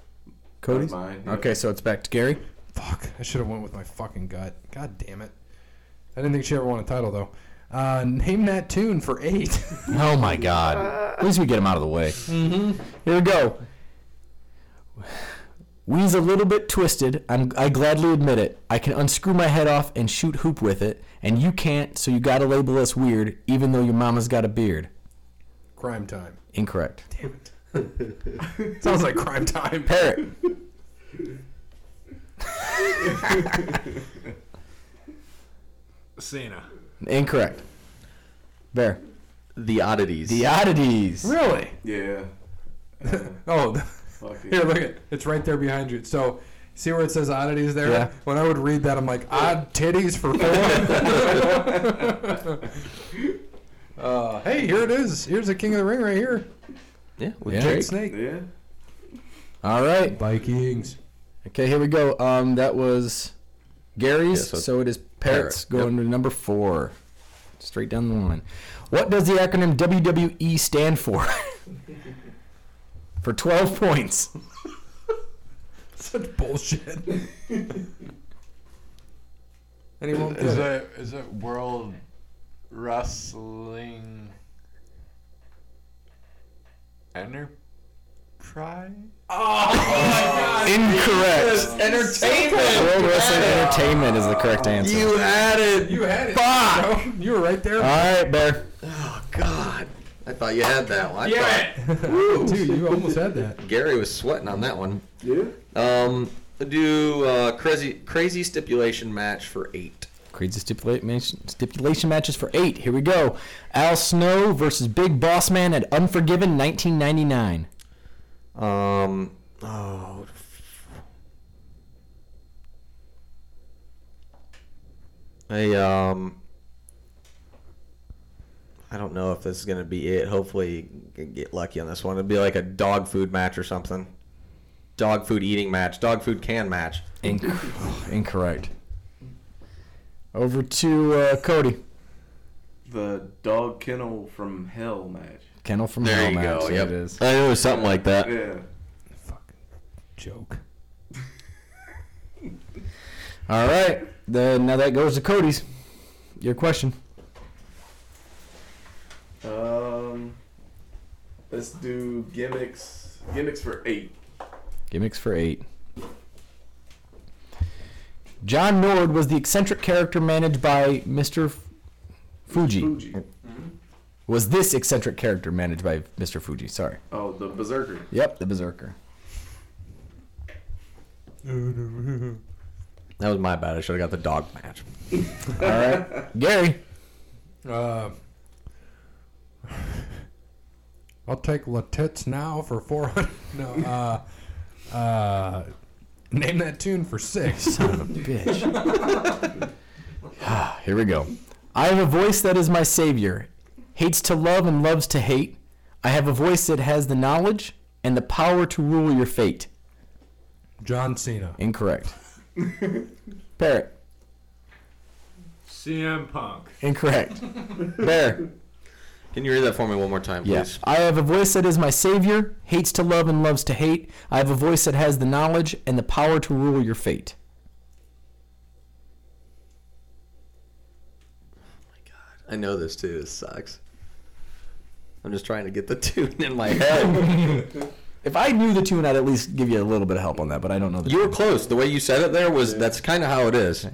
Cody's? mine, yeah. Okay, so it's back to Gary. fuck. I should have went with my fucking gut. God damn it. I didn't think she ever won a title though. Uh, name that tune for eight. Oh my God! At least we get him out of the way. Mm-hmm. Here we go. We's a little bit twisted. I'm, I gladly admit it. I can unscrew my head off and shoot hoop with it, and you can't. So you gotta label us weird, even though your mama's got a beard. crime time. Incorrect. Damn it. Sounds like crime time. Parrot. Cena. Incorrect. Bear. The oddities. The oddities. Really? Yeah. Oh, Fucking. here, look at it's right there behind you. So. See where it says oddities there? Yeah. When I would read that, I'm like, odd titties for four. uh, hey, here it is. Here's the king of the ring right here. Yeah, with Yeah. Jake Jake. Snake. Yeah. All right. Vikings. Okay. Here we go. Um, that was Gary's. Yeah, so so it is Parrot's Parrot. going to number four. Straight down the line. What does the acronym WWE stand for? for 12 points. Such bullshit. Anyone? Is it is it World Wrestling Enterprise? Incorrect. Entertainment. World Wrestling Entertainment is the correct answer. You had it. You had it. Fuck. bro. You were right there. All right, Bear. Oh God. I thought you had that one. I Yeah. thought, Woo. Dude, you almost had that. Gary was sweating on that one. Yeah. Um, do uh, crazy crazy stipulation match for eight. Creeds stipulation, stipulation matches for eight. Here we go. Al Snow versus Big Boss Man at Unforgiven 1999. Um, oh, I um, I don't know if this is gonna be it. Hopefully, you can get lucky on this one. It'd be like a dog food match or something. Dog food eating match. Dog food can match. Inc- incorrect. Over to uh, Cody. The dog kennel from hell match. Kennel from There Hell you match. go, There yep. it is. I know something like that. Yeah. Joke. All right. Then now that goes to Cody's. Your question. Um, let's do gimmicks. Gimmicks for eight. Gimmicks for eight. John Nord was the eccentric character managed by Mr. F- Fuji. Fuji. Was this eccentric character managed by Mr. Fuji? Sorry. Oh, the berserker. Yep, the Berserker. That was my bad. I should have got the dog match. All right. Gary. Uh, I'll take Latitz now for 400. No, uh, uh, name that tune for six. Son of a bitch. Here we go. I have a voice that is my savior, hates to love and loves to hate. I have a voice that has the knowledge and the power to rule your fate. John Cena. Incorrect. Parrot. CM Punk. Incorrect. Bear. Can you read that for me one more time, please? Yes. I have a voice that is my savior, hates to love and loves to hate. I have a voice that has the knowledge and the power to rule your fate. I know this too. This sucks. I'm just trying to get the tune in my head. If I knew the tune, I'd at least give you a little bit of help on that, but I don't know the you were tune. close. The way you said it there was that's kind of how it is.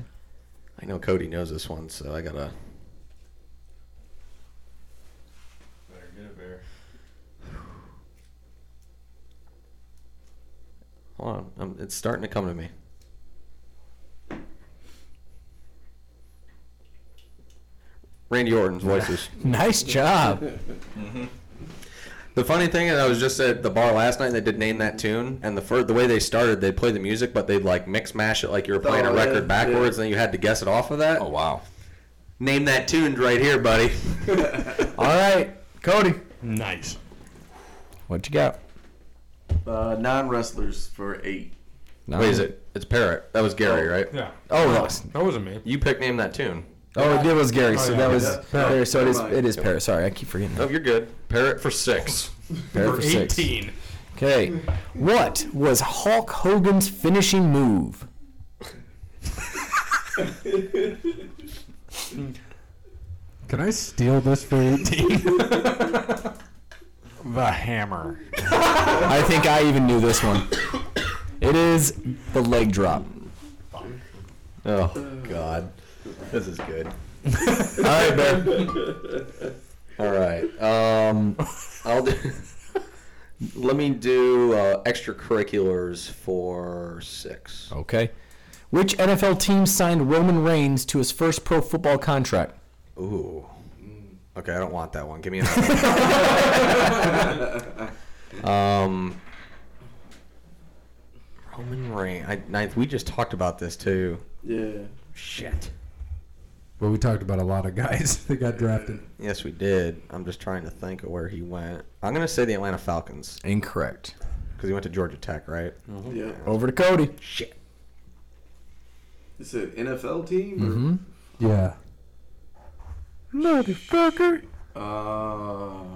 I know Cody knows this one, so I gotta. Better get it, Bear. Hold on, um, it's starting to come to me. Randy Orton's voices. Nice job. The funny thing is, I was just at the bar last night. and They did name that tune, and the fir- the way they started, they'd play the music, but they'd like mix mash it like you were playing Oh, a yeah, record yeah. backwards, and you had to guess it off of that. Oh wow! Name that tune right here, buddy. All right, Cody. Nice. What you got? Uh, non wrestlers for eight. No. Wait, is it? It's Parrot. That was Gary, right? Yeah. Oh, that was, That wasn't me. You picked name that tune. oh, it was Gary. Oh, So yeah. that was Yeah. Parrot. So it is. Never It is Parrot. Sorry, I keep forgetting Oh, that. you're good. Parrot for six. Parrot for six. Okay. What was Hulk Hogan's finishing move? Can I steal this for 18? The hammer. I think I even knew this one. It is the leg drop. Oh God, this is good. All right, Ben. All right. Um, I'll do. Let me do uh, extracurriculars for six. Okay. Which NFL team signed Roman Reigns to his first pro football contract? Ooh. Okay, I don't want that one. Give me another. one. um. Roman Reigns. I, I, we just talked about this too. Yeah. Shit. well, we talked about a lot of guys that got drafted. Yes, we did. I'm just trying to think of where he went. I'm gonna say the Atlanta Falcons Incorrect. because he went to Georgia Tech, right? Yeah. Over to Cody. Shit. It's an NFL team? Or? Mm-hmm. Yeah. Hmm. Motherfucker. Mm-hmm. Uh,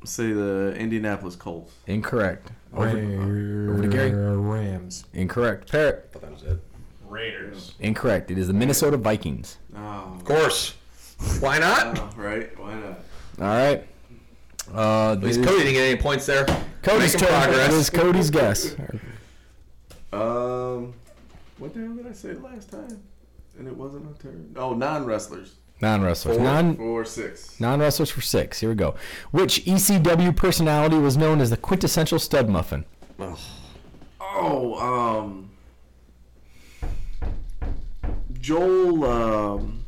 Uh, say the Indianapolis Colts. Incorrect. Over to Gary. Rams. Incorrect. Parrot. But that was it. Of Raiders. Incorrect. It is the Minnesota Vikings. Oh, course. Why not? oh, right? Why not? All right. Uh, At least this- Cody didn't get any points there. Cody's making turn. progress. It is Cody's guess. Um, what the hell did I say last time? And it wasn't a turn. Oh, non wrestlers. Non wrestlers. Four, Non four, six. non wrestlers for six. Here we go. Which ECW personality was known as the quintessential stud muffin? Oh, um, Joel, um,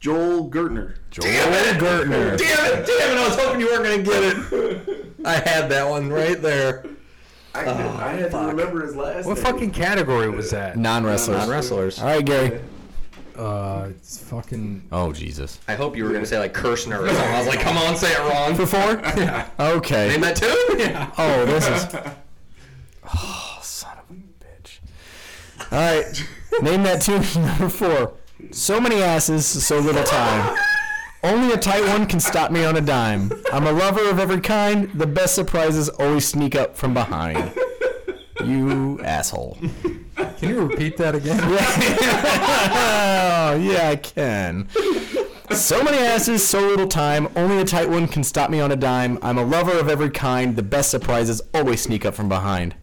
Joel Gertner. Damn it, Gertner. Damn it, damn it. I was hoping you weren't going to get it. I had that one right there. I, could- Oh, I had to remember his last What name. fucking category was that? Non wrestlers. wrestlers. All right, Gary. Uh, it's fucking. Oh Jesus. I hope you were going to say like Kirshner or something. I was like, come on, say it wrong. For four? Yeah. Okay. Name that too? Yeah. Oh, this is. Oh, son of a bitch. All right. Name that tune number four. So many asses, so little time. Only a tight one can stop me on a dime. I'm a lover of every kind. The best surprises always sneak up from behind. You asshole. Can you repeat that again? oh, yeah, I can. So many asses, so little time. Only a tight one can stop me on a dime. I'm a lover of every kind. The best surprises always sneak up from behind.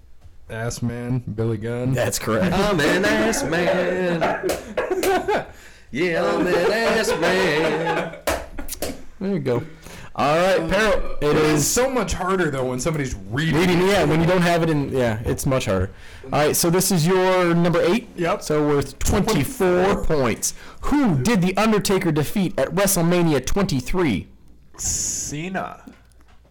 Ass man, Billy Gunn. That's correct. I'm an ass man. Yeah, I'm an ass man. There you go. All right, Parrot. It It's is Uh, so much harder though when somebody's reading. reading. Yeah, when you don't have it in, yeah, it's much harder. All right, so this is your number eight. Yep. So worth 24 points. Who did the Undertaker defeat at WrestleMania 23? Cena.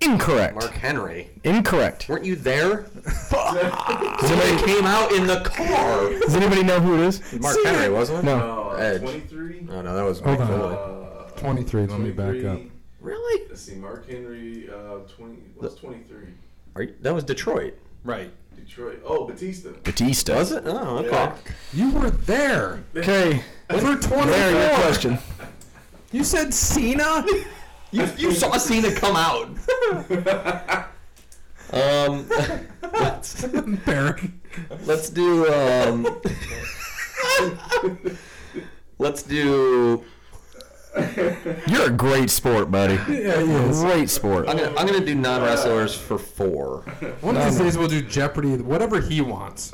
Incorrect. Mark Henry. Incorrect. Weren't you there? Somebody came out in the car. Does anybody know who it is? Mark Henry, wasn't it? No. Oh, Edge. 23? Oh, no, that was Hold on. Mick Foley. Uh, 23. Let me back 23. up. Really? Let's see, Mark Henry, uh, 20, what's 23? Are you, that was Detroit. Right. Detroit. Oh, Batista. Batista. Was it? Oh, okay. Yeah. You were there. Okay. For 24. Larry, your question. You said Cena? You, you saw Cena come out. Oh, um, let's, Baron. let's do. Um, let's do. You're a great sport, buddy. Yeah, Great sport. I'm gonna, I'm gonna do non wrestlers for four. One of these days we'll do Jeopardy, whatever he wants.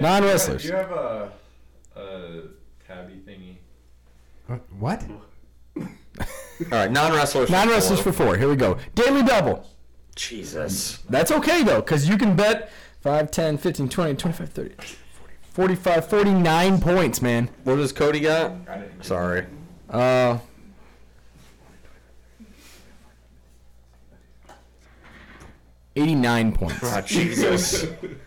Non Do wrestlers. you have a, a tabby thingy? Uh, What? All right, non wrestlers. Non wrestlers for four. Here we go. Daily double. Jesus. That's okay, though, because you can bet 5, 10, 15, 20, 25, 30, 45, 49 points, man. What does Cody got? Sorry. Uh, Eighty-nine points. Ah, Jesus.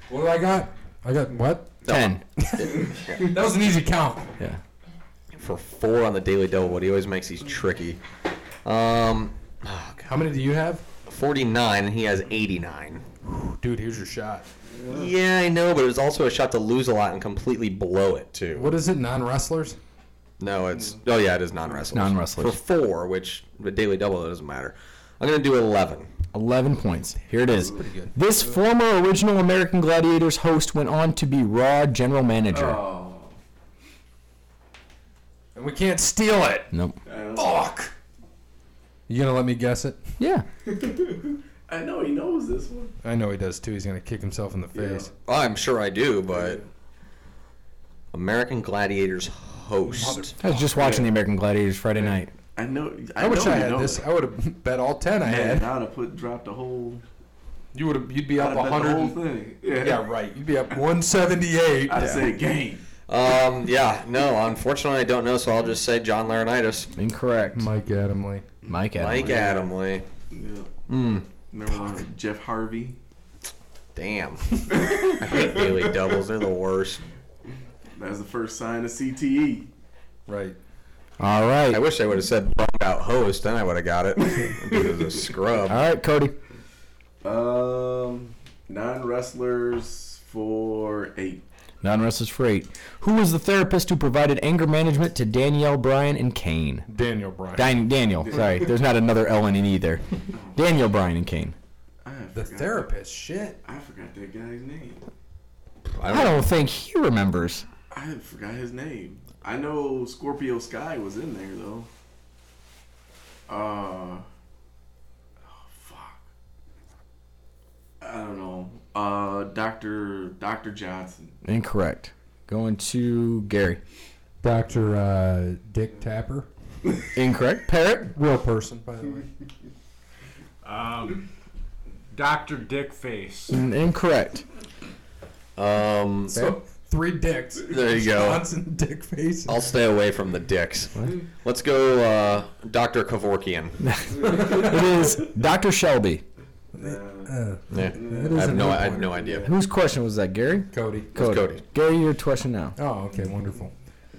What do I got? I got what? Ten. That was an easy count. Yeah. for four on the Daily Double, but he always makes these tricky. Um, oh, God, How many do you have? 49, and he has 89. Dude, here's your shot. Yeah, I know, but it was also a shot to lose a lot and completely blow it too. What is it, non wrestlers? No, it's oh yeah, it is non-wrestlers. Non-wrestlers. for four, which the daily double that doesn't matter. I'm gonna do eleven. 11 points. Here it is. This former original American Gladiators host went on to be Raw general manager. Oh, And we can't steal it. Nope. Fuck. You gonna let me guess it? Yeah. I know he knows this one. I know he does too. He's gonna kick himself in the face. I'm sure I do, but American Gladiators host. I was just watching the American Gladiators Friday night. I know. I, I, wish know I you had know this. That. I would have bet all ten I Man, had. I would have put dropped the whole. You would have. You'd be I'd up have bet the whole 100. thing. Yeah, Yeah, right. You'd be up 178. I'd say game. Um, yeah, no, unfortunately I don't know, so I'll just say John Laurinaitis, Incorrect. Mike Adamley. Mike Adams. Mike Adamley. Yeah. Hmm. Remember when Jeff Harvey? Damn, I hate daily doubles. They're the worst. That was the first sign of E. CTE. Right. All right. I wish they would have said bummed out host, then I would have got it. Dude is a All scrub. right, Cody. Um, non wrestlers for eight. Non wrestlers for eight. Who was the therapist who provided anger management to Danielle, Bryan, and Kane? Daniel Bryan. Dan- Daniel, sorry. There's not another L in it either. Daniel, Bryan, and Kane. I forgot, the therapist. Shit. I forgot that guy's name. I don't think he remembers. I forgot his name. I know Scorpio Sky was in there though. Uh, oh fuck. I don't know. Uh, Doctor Doctor Johnson. Incorrect. Going to Gary. Dr. Uh, Dick Tapper. Incorrect. Parrot. Real person, by the way. Um, Doctor Dickface. Mm, Incorrect. Um, So, three dicks. There you go. Johnson dick faces. Oh. I'll stay away from the dicks. Let's go, uh, Doctor Kavorkian. It is Dr. Shelby. Uh, Yeah. that is I a have no, good I have one. no idea. Whose question was that, Gary? Cody. Cody. Cody. Gary, your question now. Oh, okay, wonderful.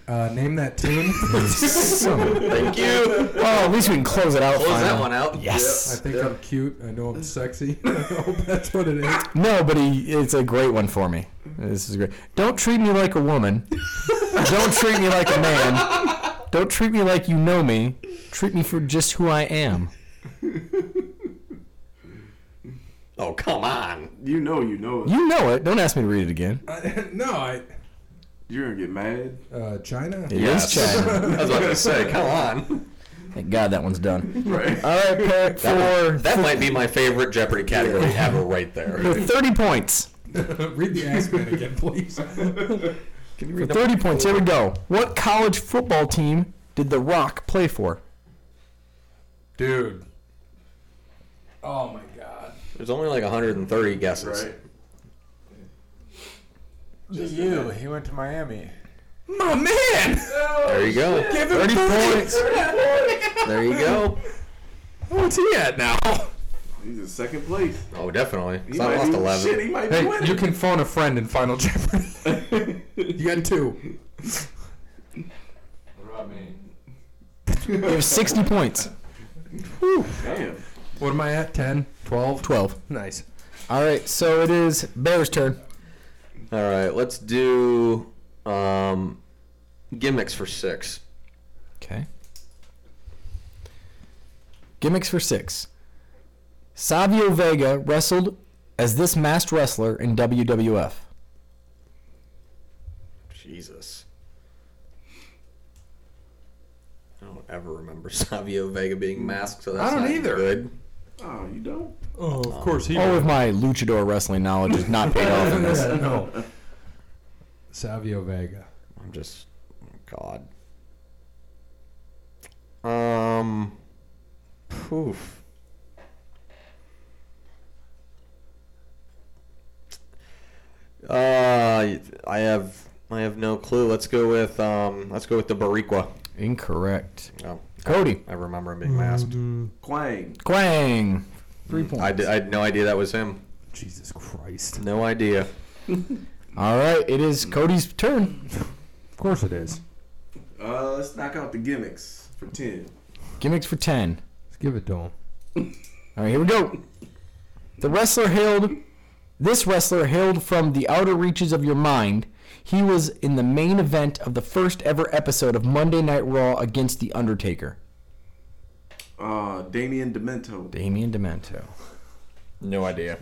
Uh, name that tune. Son of a- Thank you. well, Oh, at least we can close it out. Close that finally. one out. I Yes. think I'm cute. I know I'm sexy. I hope that's what it is. No, but he, it's a great one for me. This is great. Don't treat me like a woman. Don't treat me like a man. Don't treat me like you know me. Treat me for just who I am. Oh, come on. You know, you know. it. You know it. Don't ask me to read it again. I, no, I. You're gonna get mad. Uh, China. It is China. I was about to say, come on. Thank God that one's done. Right. All right, Parrot, for That might be my favorite Jeopardy category ever right for there. 30 points. Read the ass man again, please. For 30 points, here we go. What college football team did The Rock play for? Dude. Oh my god. There's only like 130 guesses. Right. You. He went to Miami. My man! There you go. Give him 30 points. There you go. What's he at now? He's in second place. Oh, definitely. He So might I lost be, 11. Shit, he might be Hey, winning. you can phone a friend in Final Jeopardy. you got two. What about me? You have 60 points. Damn. What am I at? 10? 12? 12. Nice. All right, so it is Bear's turn. All right, let's do um, gimmicks for six. Okay. Gimmicks for six. Savio Vega wrestled as this masked wrestler in WWF. Jesus. I don't ever remember Savio Vega being masked, so that's I don't not either. good. Oh, you don't. Oh, of course he All of my luchador wrestling knowledge is not paid off in this. no. Savio Vega. I'm just, God. Um, poof. Uh, I have, I have no clue. Let's go with, um, let's go with the Barriqua. Incorrect. Oh, Cody. I remember him being masked. Quang. Quang. Three points. I, did, I had no idea that was him. Jesus Christ. No idea. All right, it is Cody's turn. Of course it is. Uh, let's knock out the gimmicks for ten. Gimmicks for 10. Let's give it to him. All right, here we go. The wrestler hailed, this wrestler hailed from the outer reaches of your mind. He was in the main event of the first ever episode of Monday Night Raw against The Undertaker. Uh, Damian Demento. Damien Demento. No idea.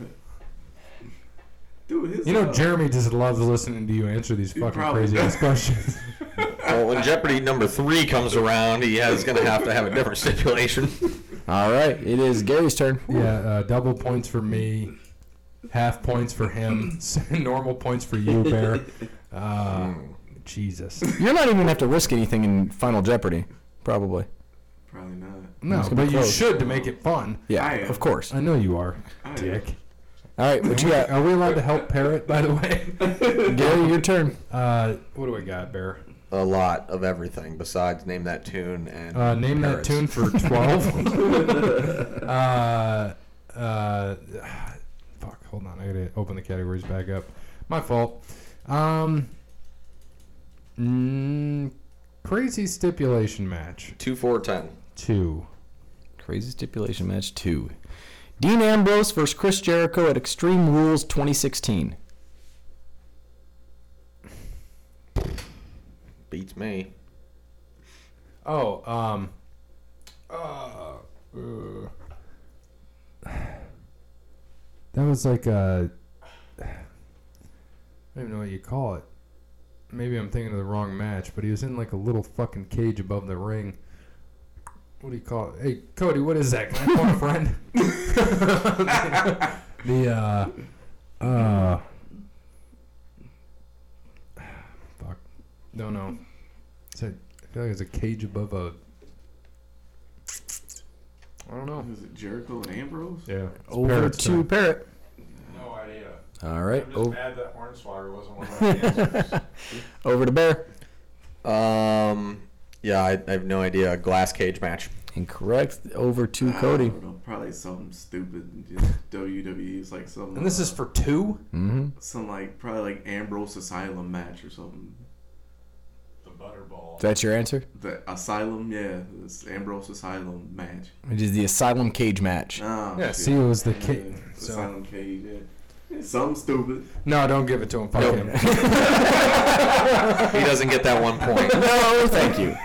Dude, his You know, uh, Jeremy just loves listening to you answer these fucking probably crazy ass does. questions. Well, when Jeopardy number three comes around, he is going to have to have a different stipulation. All right, it is Gary's turn. yeah, uh, double points for me, half points for him, normal points for you, Bear. Uh, Jesus. You're not even going to have to risk anything in Final Jeopardy, probably. Probably not. No, It's gonna but be you close. should to make it fun. Yeah, I am. of course. All I know you are, I- Dick. right, what you got? Are we allowed to help Parrot, by the way? Gary, your turn. Uh, what do we got, Bear? A lot of everything besides name that tune and Uh, name parrots. that tune for 12. uh, uh, fuck, hold on. I gotta open the categories back up. My fault. Um, mm, crazy stipulation match. Two four ten. Two. Crazy stipulation match two. Dean Ambrose versus Chris Jericho at Extreme Rules 2016. Beats me. Oh, um, uh, uh, that was like a. I don't even know what you call it. Maybe I'm thinking of the wrong match, but he was in like a little fucking cage above the ring. What do you call it? Hey, Cody, what is that? Can I call a friend? the uh, uh, fuck, don't know. It's a, I feel like it's a cage above a. I don't know. Is it Jericho and Ambrose? Yeah. Over Parrot's to time. Parrot. No idea. All right. I'm oh. just o- mad that Hornswoggle wasn't one of my answers. over to Bear. Um, yeah, I, I have no idea. Glass cage match. Incorrect. Over to I Cody. don't know, probably something stupid. and Just WWE is like some. And this uh, is for two. Mm-hmm. some like probably like Ambrose Asylum match or something. the Butterball. That's your answer? The Asylum, yeah, this Ambrose Asylum match. It is the Asylum Cage match. Oh, Yeah, shit. see, it was the Yeah, cage. it's so- Asylum cage. Yeah. Something stupid. No, don't give it to him. Fuck Nope. him. He doesn't get that one point. no, thank you.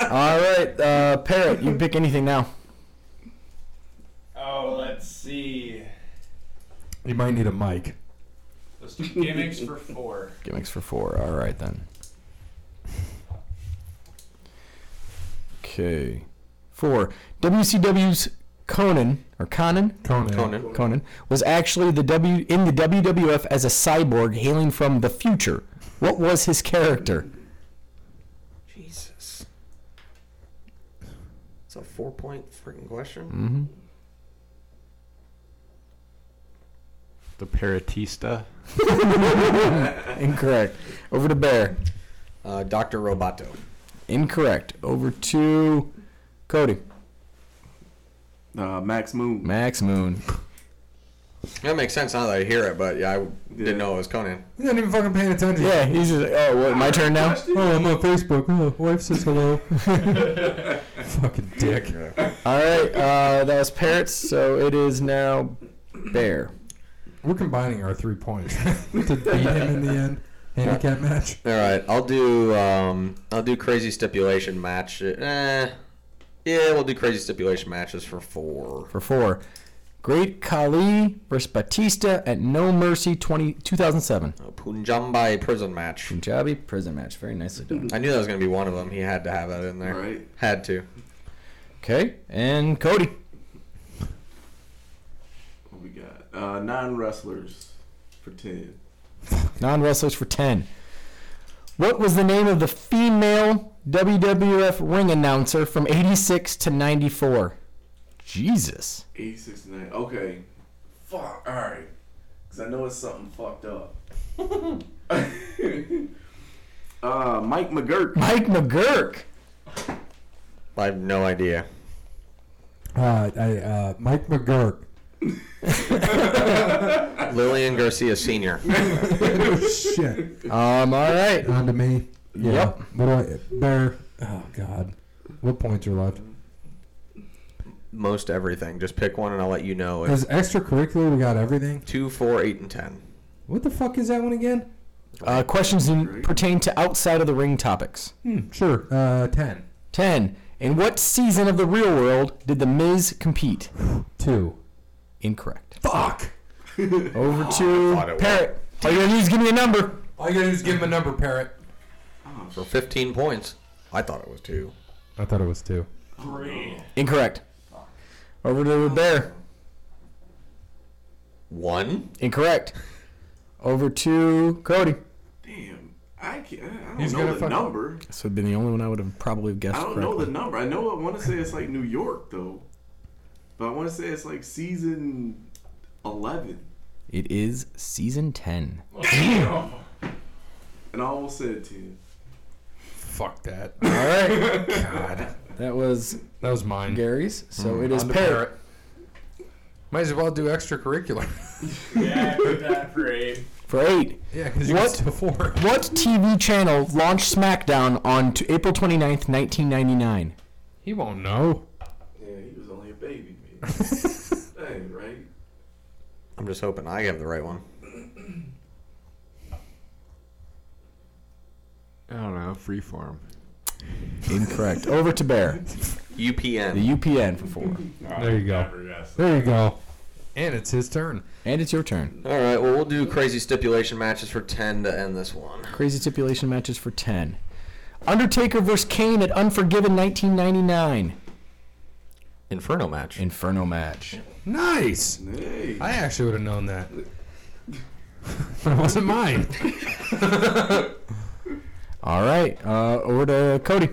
All right, uh, Parrot, you pick anything now. Oh, let's see. You might need a mic. Let's do gimmicks for four. Gimmicks for four. All right, then. Okay. Four. WCW's Conan, or Conan, Conan. Conan. Conan, was actually the W in the WWF as a cyborg hailing from the future. What was his character? Jesus. It's a four point freaking question. Mm-hmm. The Paratista. Incorrect. Over to Bear. Uh, Dr. Roboto. Incorrect. Over to Cody. Uh, Max Moon. Max Moon. That makes sense now that I hear it, but yeah, I Yeah. didn't know it was Conan. He's not even fucking paying attention. Yeah, he's just, oh, what, my turn now? Oh, I'm on Facebook. Oh, wife says hello. fucking dick. All right, uh, that was Parrots, so it is now Bear. We're combining our three points to beat him in the end. Handicap match. All right, I'll do um, I'll do crazy stipulation match. Eh, yeah, we'll do crazy stipulation matches for four. For four, Great Khali versus Batista at No Mercy 20, 2007. A Punjabi prison match. Punjabi prison match. Very nicely done. I knew that was gonna be one of them. He had to have that in there. Right. Had to. Okay, and Cody. What we got? Uh, non wrestlers for ten. Non wrestlers for 10. What was the name of the female WWF ring announcer from 86 to 94? Jesus. Eighty six nine. Okay. Fuck. All right. Cause I know it's something fucked up. uh, Mike McGurk. Mike McGurk. I have no idea. Uh, I, uh, Mike McGurk. Lillian Garcia Sr. Shit. Um, all right. On to me. Yeah. Yep. What do I. Bear. Oh, God. What points are left? Most everything. Just pick one and I'll let you know. If As extracurricular, we got everything. two, four, eight, and ten. What the fuck is that one again? Uh, questions in, pertain to outside of the ring topics. Hmm, sure. Uh, 10. 10. In what season of The Real World did The Miz compete? 2. Incorrect. Fuck! Over to Parrot. Oh, All you gotta do is give me a number. All you gotta do is give him a number, Parrot. For fifteen points. I thought it was two. I thought it was 2. Three. Oh, Incorrect. Over to Bear. One. Incorrect. Over to Cody. Damn. I can't. I don't He's know gonna the fuck up. number. This would have been the only one I would have probably guessed I don't know the number. I know I want to say it's like New York though, but I want to say it's like season eleven. It is season 10. And I almost said ten. Fuck that. All right. God. that was That was mine. Gary's. Mm. So it is On to Parrot. Might as well do extracurricular. Yeah, I did that for eight. For eight. yeah, because you you What? still four. What TV channel launched SmackDown on t- April 29th, 1999? He won't know. Yeah, he was only a baby. Man. Dang, right? I'm just hoping I have the right one. I don't know. Freeform. Incorrect. Over to Bear. The UPN. UPN for four. There you go. There you go. And it's his turn. And it's your turn. All right. Well, we'll do crazy stipulation matches for ten to end this one. Crazy stipulation matches for 10. Undertaker versus Kane at Unforgiven 1999. Inferno match. Inferno match. Nice. Hey. I actually would have known that. That wasn't mine. All right. Uh, over to Cody.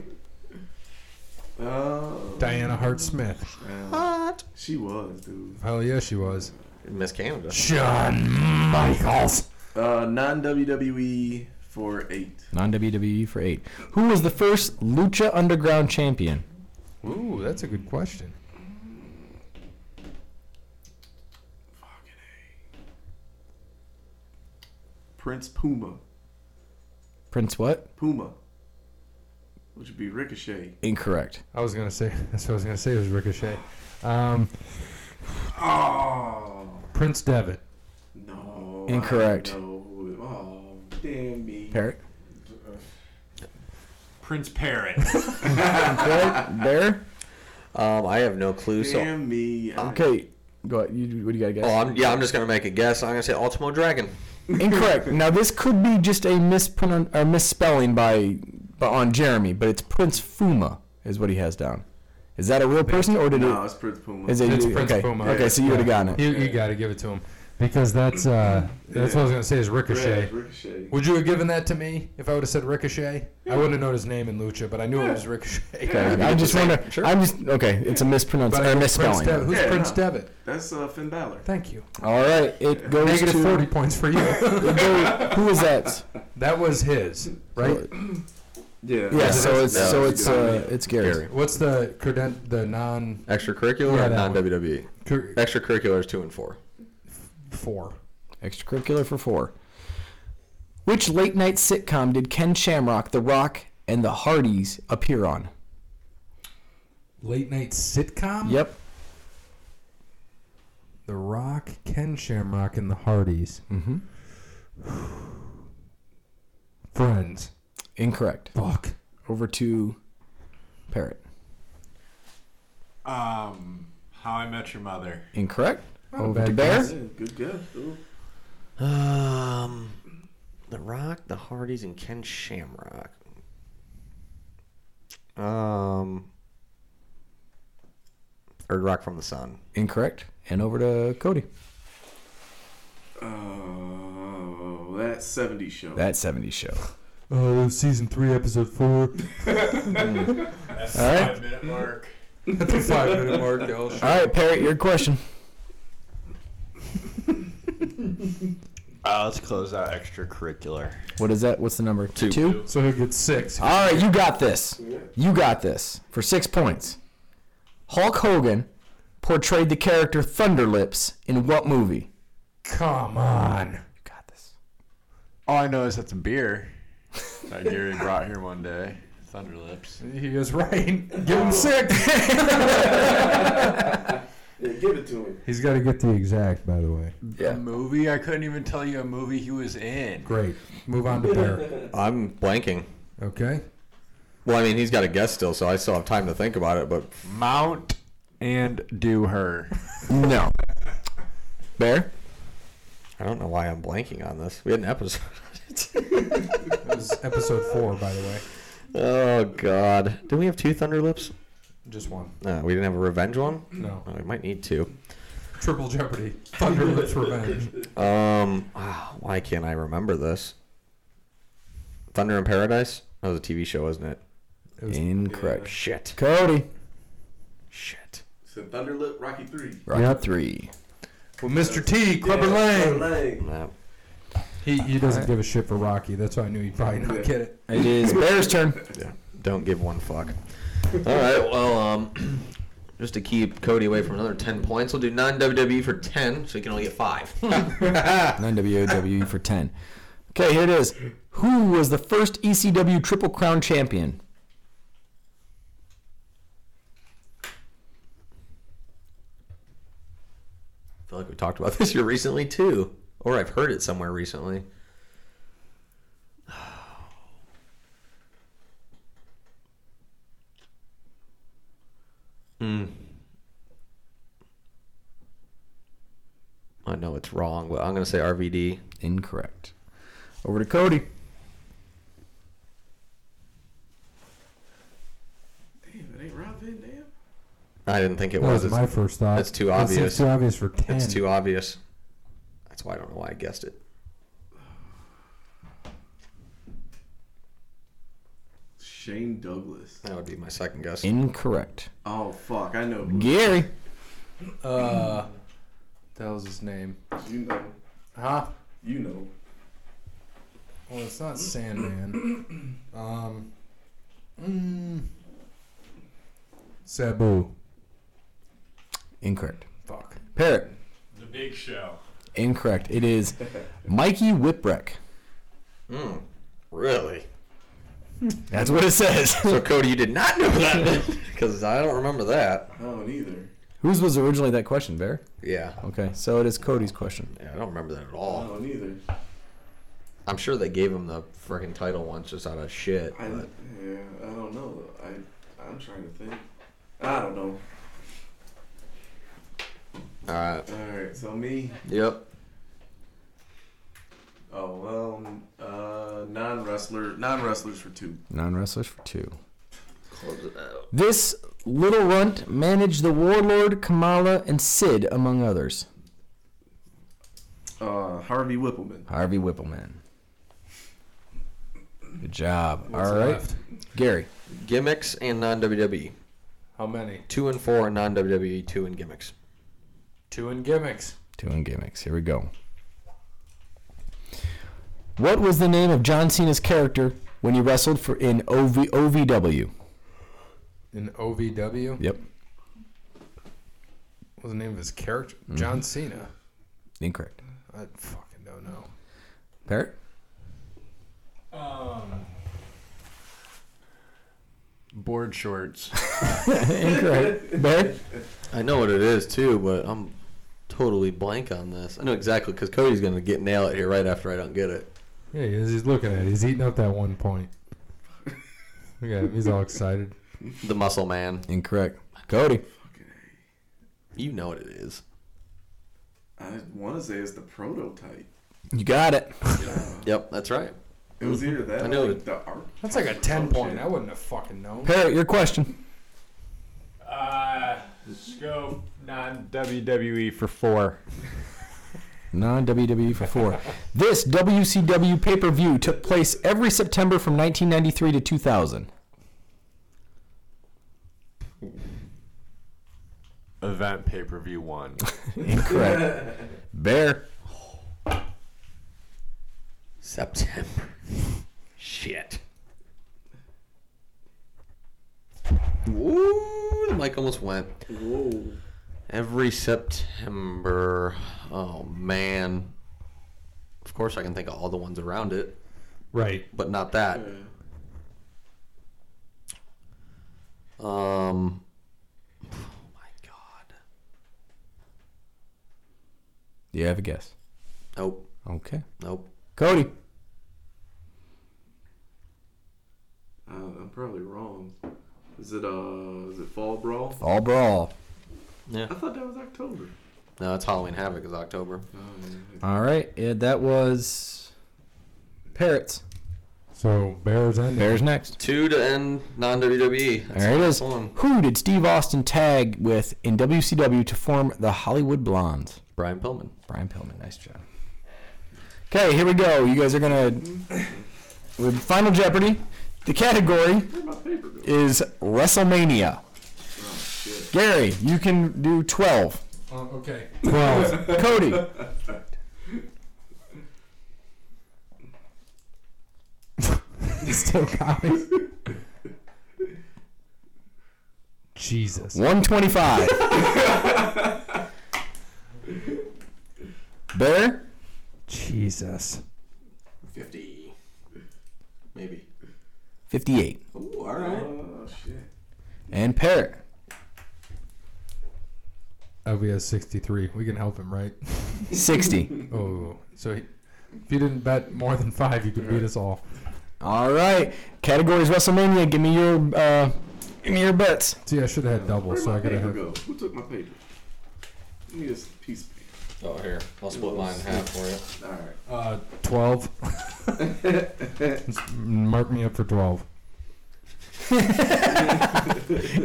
Uh, Diana Hart Smith. she was, dude. Hell yeah, she was. Miss Canada. Shawn Michaels. Uh, non WWE for eight. Non WWE E for 8. Who was the first Lucha Underground champion? Ooh, that's a good question. Fucking A. Prince Puma. Prince what? Puma. Which would be Ricochet. Incorrect. I was gonna say that's what I was gonna say was Ricochet. Um, Oh. Prince Devitt. No. Incorrect. No. Oh, damn me. Parrot. Prince Parrot. Right? Bear? Um, I have no clue. So, Damn me. I- Okay. Go ahead. You, what do you got to guess? oh, I'm, yeah, I'm just gonna make a guess. I'm gonna say Ultimo Dragon. Incorrect. Now this could be just a mispron- or misspelling by, by on Jeremy, but it's Prince Fuma is what he has down. Is that a real person or did No, it? it's Prince Puma. Is it It's you- Prince okay. Puma. Okay, so you would have gotten it. You, you got to give it to him because that's uh, that's what I was gonna say is Yeah, Ricochet. it's Ricochet. Would you have given that to me if I would have said Ricochet? I wouldn't have known his name in Lucha, but I knew it was Ricochet. Okay. I just wonder. I'm just okay. It's a But mispronunciation I or know Prince Devitt. misspelling. Who's Yeah, Prince no. Devitt? That's uh, Finn Balor. Thank you. All right, it goes Negative to forty points for you. it goes- who is that? that was his, right? Yeah. Yeah. So it's No, so it's it's uh, it's Gary. Gary. What's the creden- the non Extracurricular Yeah, and that non one. WWE. cur- Extracurricular is two and four. four? Extracurricular for four. Which late night sitcom did Ken Shamrock, The Rock, and The Hardys appear on? Late night sitcom. Yep. The Rock, Ken Shamrock, and the Hardys. Mm-hmm. Friends. Incorrect. Fuck. Over to Parrot. um, How I Met Your Mother. Incorrect. Over Oh, bad to Bear. Yeah, good guess, dude. Um, The Rock, The Hardys, and Ken Shamrock. Um, Third Rock from the Sun. Incorrect. And over to Cody. Oh, that 70s show. That 70s show. Oh, season three, episode four. That's All right. five minute mark. At the five minute mark, oh, shit. All right, Parrot, your question. Uh, let's close out extracurricular. What is that? What's the number? Two. Two? So he'll get six. All right, you got this. You got this for six points. Hulk Hogan portrayed the character Thunderlips in what movie? Come on. You got this. All I know is that's a beer that Gary brought here one day. Thunderlips. He is right. Give him six. yeah, give it to him. He's got to get the exact, by the way. A movie? I couldn't even tell you a movie he was in. Great. Move on to Bear. I'm blanking. Okay. Well, I mean, he's got a guess still, so I still have time to think about it. But Mount and do her. No. Bear? I don't know why I'm blanking on this. We had an episode. That was episode four, by the way. oh God! Did we have two Thunderlips? Just one. No, we didn't have a revenge one. No. Oh, we might need two. Triple Jeopardy. Thunderlips Revenge. Um, ah, why can't I remember this? Thunder in Paradise. That was a TV show, wasn't it? Incorrect. Shit. Cody? Shit. So Thunderlip, Rocky 3. Rocky three. Well, Mr. T, Clubber Yeah, Lang. Clubber Lang. No. He, he doesn't give a shit for Rocky. That's why I knew he'd probably not get it. It is Bear's turn. Yeah. Don't give one fuck. All right. Well, um, just to keep Cody away from another ten points, we'll do non WWE for ten, so he can only get five. Nine WWE E for 10. Okay, here it is. Who was the first ECW Triple Crown champion? I feel like we talked about this here recently too, or I've heard it somewhere recently. Hmm. know it's wrong, but I'm going to say RVD. Incorrect. Over to Cody. Damn, it ain't Rob Van Dam. I didn't think it That was. was It's, my first thought. that's too That seems obvious. too obvious for ten. it's too obvious. That's why I don't know why I guessed it. Shane Douglas. That would be my second guess. Incorrect. Oh fuck, I know. Who. Gary. Uh, that was his name. You know. Huh? You know. Well, it's not Sandman. Um. Mm, Sabu. Incorrect. Fuck. Parrot. The Big Show. Incorrect. It is Mikey Whipwreck. Mm, really? That's what it says. So Cody, you did not know that because I don't remember that. I don't either. Whose was originally that question, Bear? Yeah. Okay, so it is Cody's question. yeah, I don't remember that at I all. don't either. I'm sure they gave him the freaking title once just out of shit. I but- yeah, I don't know. I I'm trying to think. I don't know. All right. All right, so me. uh, Yep. Oh well, uh, non wrestler, non wrestlers for two. Non wrestlers for two. Close it out. This little runt managed the Warlord, Kamala, and Sid, among others. Uh, Harvey Whippleman. Harvey Whippleman. Good job. What's All right. left? Gary. Gimmicks and non WWE. How many? Two and four and non WWE. E, Two and gimmicks. Two in gimmicks. Doing gimmicks. Here we go. What was the name of John Cena's character when he wrestled for in OV, OVW? In OVW. Yep. What was the name of his character? John Mm-hmm. Cena. Incorrect. I fucking don't know. Parrot? Um, Board shorts. Incorrect. Bear? I know what it is too, but I'm totally blank on this. I know exactly because Cody's gonna get nail it here right after I don't get it. Yeah, he is. he's looking at it. He's eating up that one point. Look at him. He's all excited. The Muscle Man. Incorrect. Cody. You know what it is. I want to say it's the prototype. You got it. Yep, that's right. It was either that. I know or it. the art. That's like a ten point. I wouldn't have fucking known. Parrot, your question. uh, let's go non E WWE for four. Non WWE E for four. this WCW pay per view took place every September from 1993 to 2000. Event pay per view one. Incorrect. Bear. September. Shit. Ooh, the mic almost went. Whoa. Every September. Oh man. Of course, I can think of all the ones around it, Right. but not that. Yeah. Um. Oh my god. Do you have a guess? Nope. Okay. Nope. Cody. Uh, I'm probably wrong. Is it uh? Is it Fall Brawl? All brawl. Yeah. I thought that was October. No, it's Halloween Havoc is October. Oh, yeah. All right. yeah, that was Parrots. So Bears end. Bears next. Two to end E. non WWE. There it is. Who did Steve Austin tag with in WCW to form the Hollywood Blondes? Brian Pillman. Brian Pillman, nice job. Okay, here we go. You guys are gonna with Final Jeopardy. The category Where'd my paper go? is WrestleMania. Oh shit. Gary, you can do twelve. Uh, okay. Twelve. Cody, still counting. Jesus. One twenty-five. Bear, Jesus. Fifty. Maybe. fifty-eight. Ooh, all right. Oh shit. And Parrot, Oh, he has sixty-three. We can help him, right? sixty. Oh, so he, if you didn't bet more than five, you could beat us all. All right. Categories WrestleMania. Give me your uh, give me your bets. See, I should have had double, Where'd so my I could paper have. go? Who took my paper? Give me this piece of paper. Oh, here. I'll split mine in half for you. All right. Uh, 12. Mark me up for 12.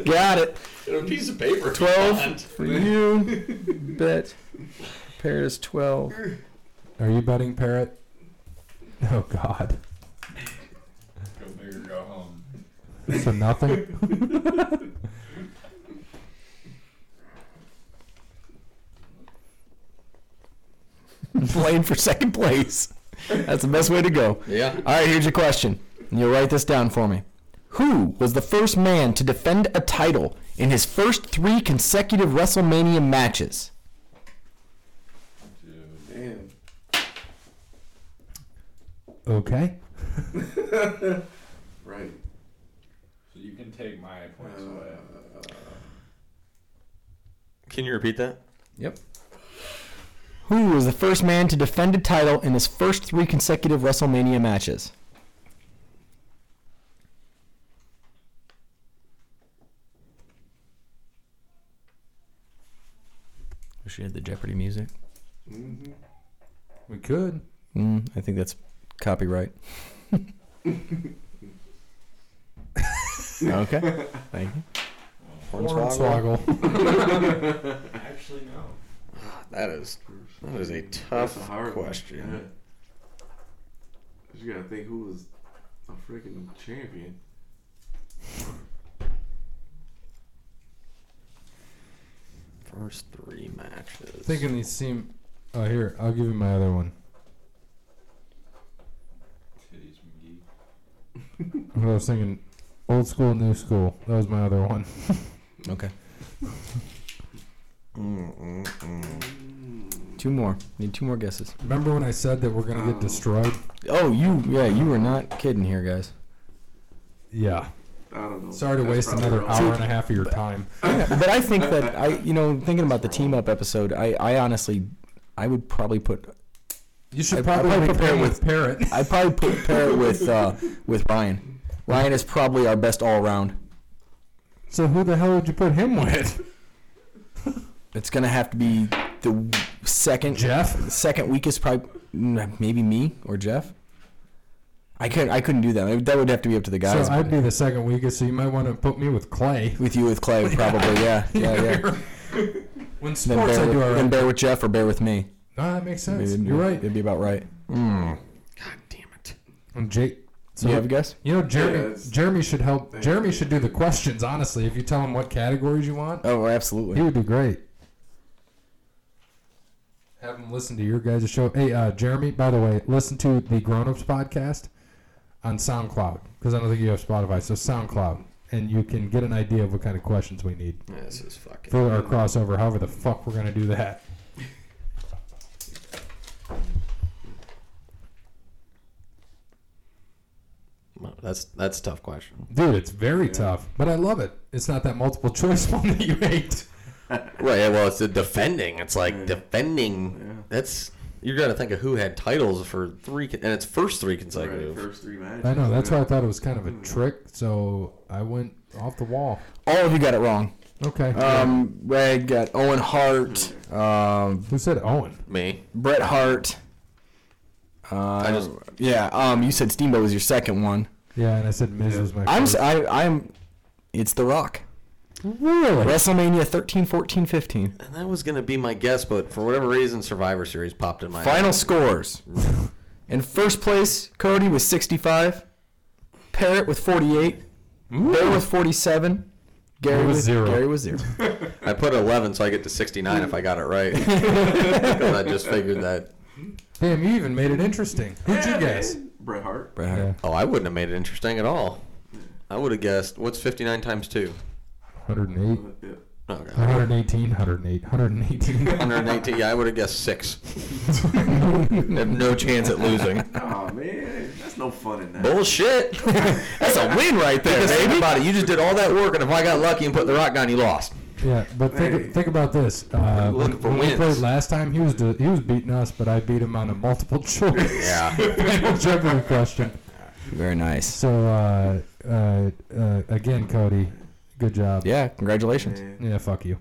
Got it. a piece of paper. 12 for you. Bet. Pair is 12. Are you betting, Parrot? Oh, God. Go big or go home. So nothing? Playing for second place. That's the best way to go. Yeah. All right, here's your question. And You'll write this down for me. Who was the first man to defend a title in his first three consecutive WrestleMania matches? Dude. Damn. okay. Right. So you can take my points away. Can you repeat that? Yep. Who was the first man to defend a title in his first three consecutive WrestleMania matches? We should have the Jeopardy music. We could. Mm, I think that's copyright. okay. Thank you. Hornswoggle. Actually, no. That is that is a That's tough a hard one. question. Yeah. You gotta think who was a freaking champion. First three matches. Thinking these seem. Oh, here. I'll give you my other one. Titties McGee. I was thinking old school, new school. That was my other one. Okay. Two more. Need two more guesses. Remember when I said that we're going to get destroyed? Oh, you yeah, you were not kidding here, guys. Yeah. I don't know. Sorry to That's waste probably another wrong. hour and a half of your time. but I think that I, you know, thinking about the team up episode, I, I honestly, I would probably put, You should I- I probably, probably prepare prepare with with- Parrot. I probably put pair it with uh, with Ryan. Ryan is probably our best all around. So who the hell would you put him with? It's gonna have to be the second Jeff? second weakest, probably mm, maybe me or Jeff. I couldn't I couldn't do that. That would have to be up to the guys. so I'd be the second weakest, so you might want to put me with Clay. with you with Clay probably yeah yeah yeah. when Then sports, bear I with, do all then right. bear with Jeff or bear with me. No, that makes sense. It'd be- You're right. It'd be about right. God damn it. And Jake. Do So you have a guess? you know, Yeah, Jeremy. it's- Jeremy should help. Jeremy should do the questions. Honestly, if you tell him what categories you want, Oh, he absolutely. would be great. Have him listen to your guys' show. Hey, uh, Jeremy. By the way, listen to the Grown Ups podcast on SoundCloud because I don't think you have Spotify. So SoundCloud, and you can get an idea of what kind of questions we need This is fucking. for our crossover. However, the fuck we're gonna do that. Well, That's that's a tough question. Dude, it's very tough, but I love it. It's not that multiple choice one that you hate. Right. yeah, Well, it's the defending. It's like defending. That's you got to think of who had titles for three con- and it's first three Right, consecutive. first three matches. I know. That's yeah. why I thought it was kind of Hmm. a trick, so I went off the wall. All of you got it wrong. Okay. Um, I got Owen Hart, Hmm. um, Who said Owen? Me. Bret Hart. I just Yeah, um, you said Steamboat was your second one. Yeah, and I said Miz was my I'm, s- first. I, I'm, it's The Rock. really? WrestleMania 13, 14, 15. and that was gonna be my guess, but for whatever reason, Survivor Series popped in my head. Final scores. In first place, Cody with 65. Parrot with 48. Bear with 47. Gary I was with zero. Gary was zero. I put eleven, so I get to sixty nine if I got it right. Because I just figured that. Damn, you even made it interesting. Who'd you guess? Bret Hart. Bret Hart. Yeah, Oh, I wouldn't have made it interesting at all. I would have guessed what's fifty nine times two. Oh, 108, Yeah. Okay. 118, 108, 118. 118. Yeah, I would have guessed six. have no chance at losing. Oh man, that's no fun in that. Bullshit. That's a win right there, baby. Think about it. You just did all that work, and if I got lucky and put the rock down, you lost. yeah, but think, Hey. think about this. Uh, Looking for when we wins. played last time, he was do- he was beating us, but I beat him on a multiple choice Yeah. Final Jeopardy question. Very nice. So uh, uh, uh, again, Cody, Good job. Yeah, congratulations. Man. Yeah, fuck you.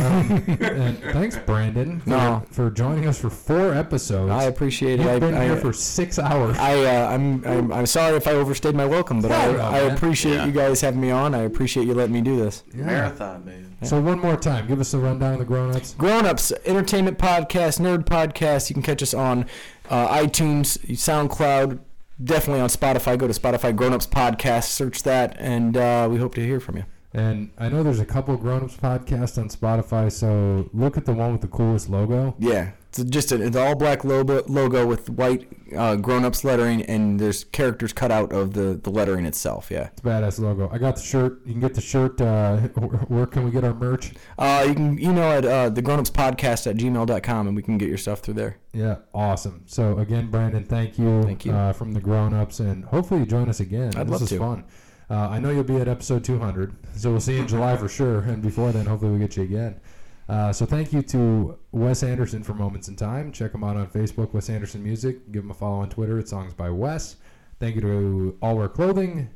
Um, and thanks, Brandon, for, No. for joining us for four episodes. I appreciate it. You've I, been I, here for six hours. I uh, I'm, I'm I'm sorry if I overstayed my welcome, but I, No, no, I man. appreciate Yeah. you guys having me on. I appreciate you letting me do this. Yeah. Marathon, man. So one more time, give us a rundown of the grown-ups. Grown Ups Entertainment Podcast, Nerd Podcast. You can catch us on uh, iTunes, SoundCloud, definitely on Spotify. Go to Spotify Grown Ups Podcast, search that, and uh, we hope to hear from you. And I know there's a couple grown-ups podcasts on Spotify, so look at the one with the coolest logo. Yeah, it's just an it's all black logo, logo with white uh, Grown Ups lettering, and there's characters cut out of the, the lettering itself. Yeah, It's a badass logo. I got the shirt. You can get the shirt. Uh, wh- where can we get our merch? uh, you can email at uh, the Grown Ups Podcast at gmail.com, and we can get your stuff through there. Yeah, awesome. So again, Brandon, thank you. Thank you. uh, from the grown-ups, and hopefully you join us again. I'd this love is to. fun. Uh, I know you'll be at episode 200, so we'll see you in July for sure. And before then, hopefully we get you again. Uh, so thank you to Wes Anderson for Moments in Time. Check him out on Facebook, Wes Anderson Music. Give him a follow on Twitter at Songs by Wes. Thank you to All Wear Clothing,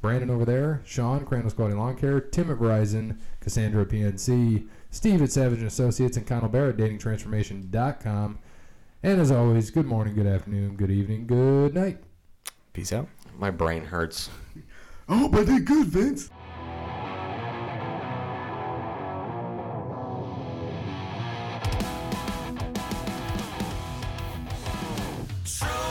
Brandon over there, Sean, Crandall's Quality Lawn Care, Tim at Verizon, Cassandra at PNC, Steve at Savage and Associates, and Connell Barrett at datingtransformation.com. And as always, good morning, good afternoon, good evening, good night. Peace out. My brain hurts. Oh, but they're good, Vince. True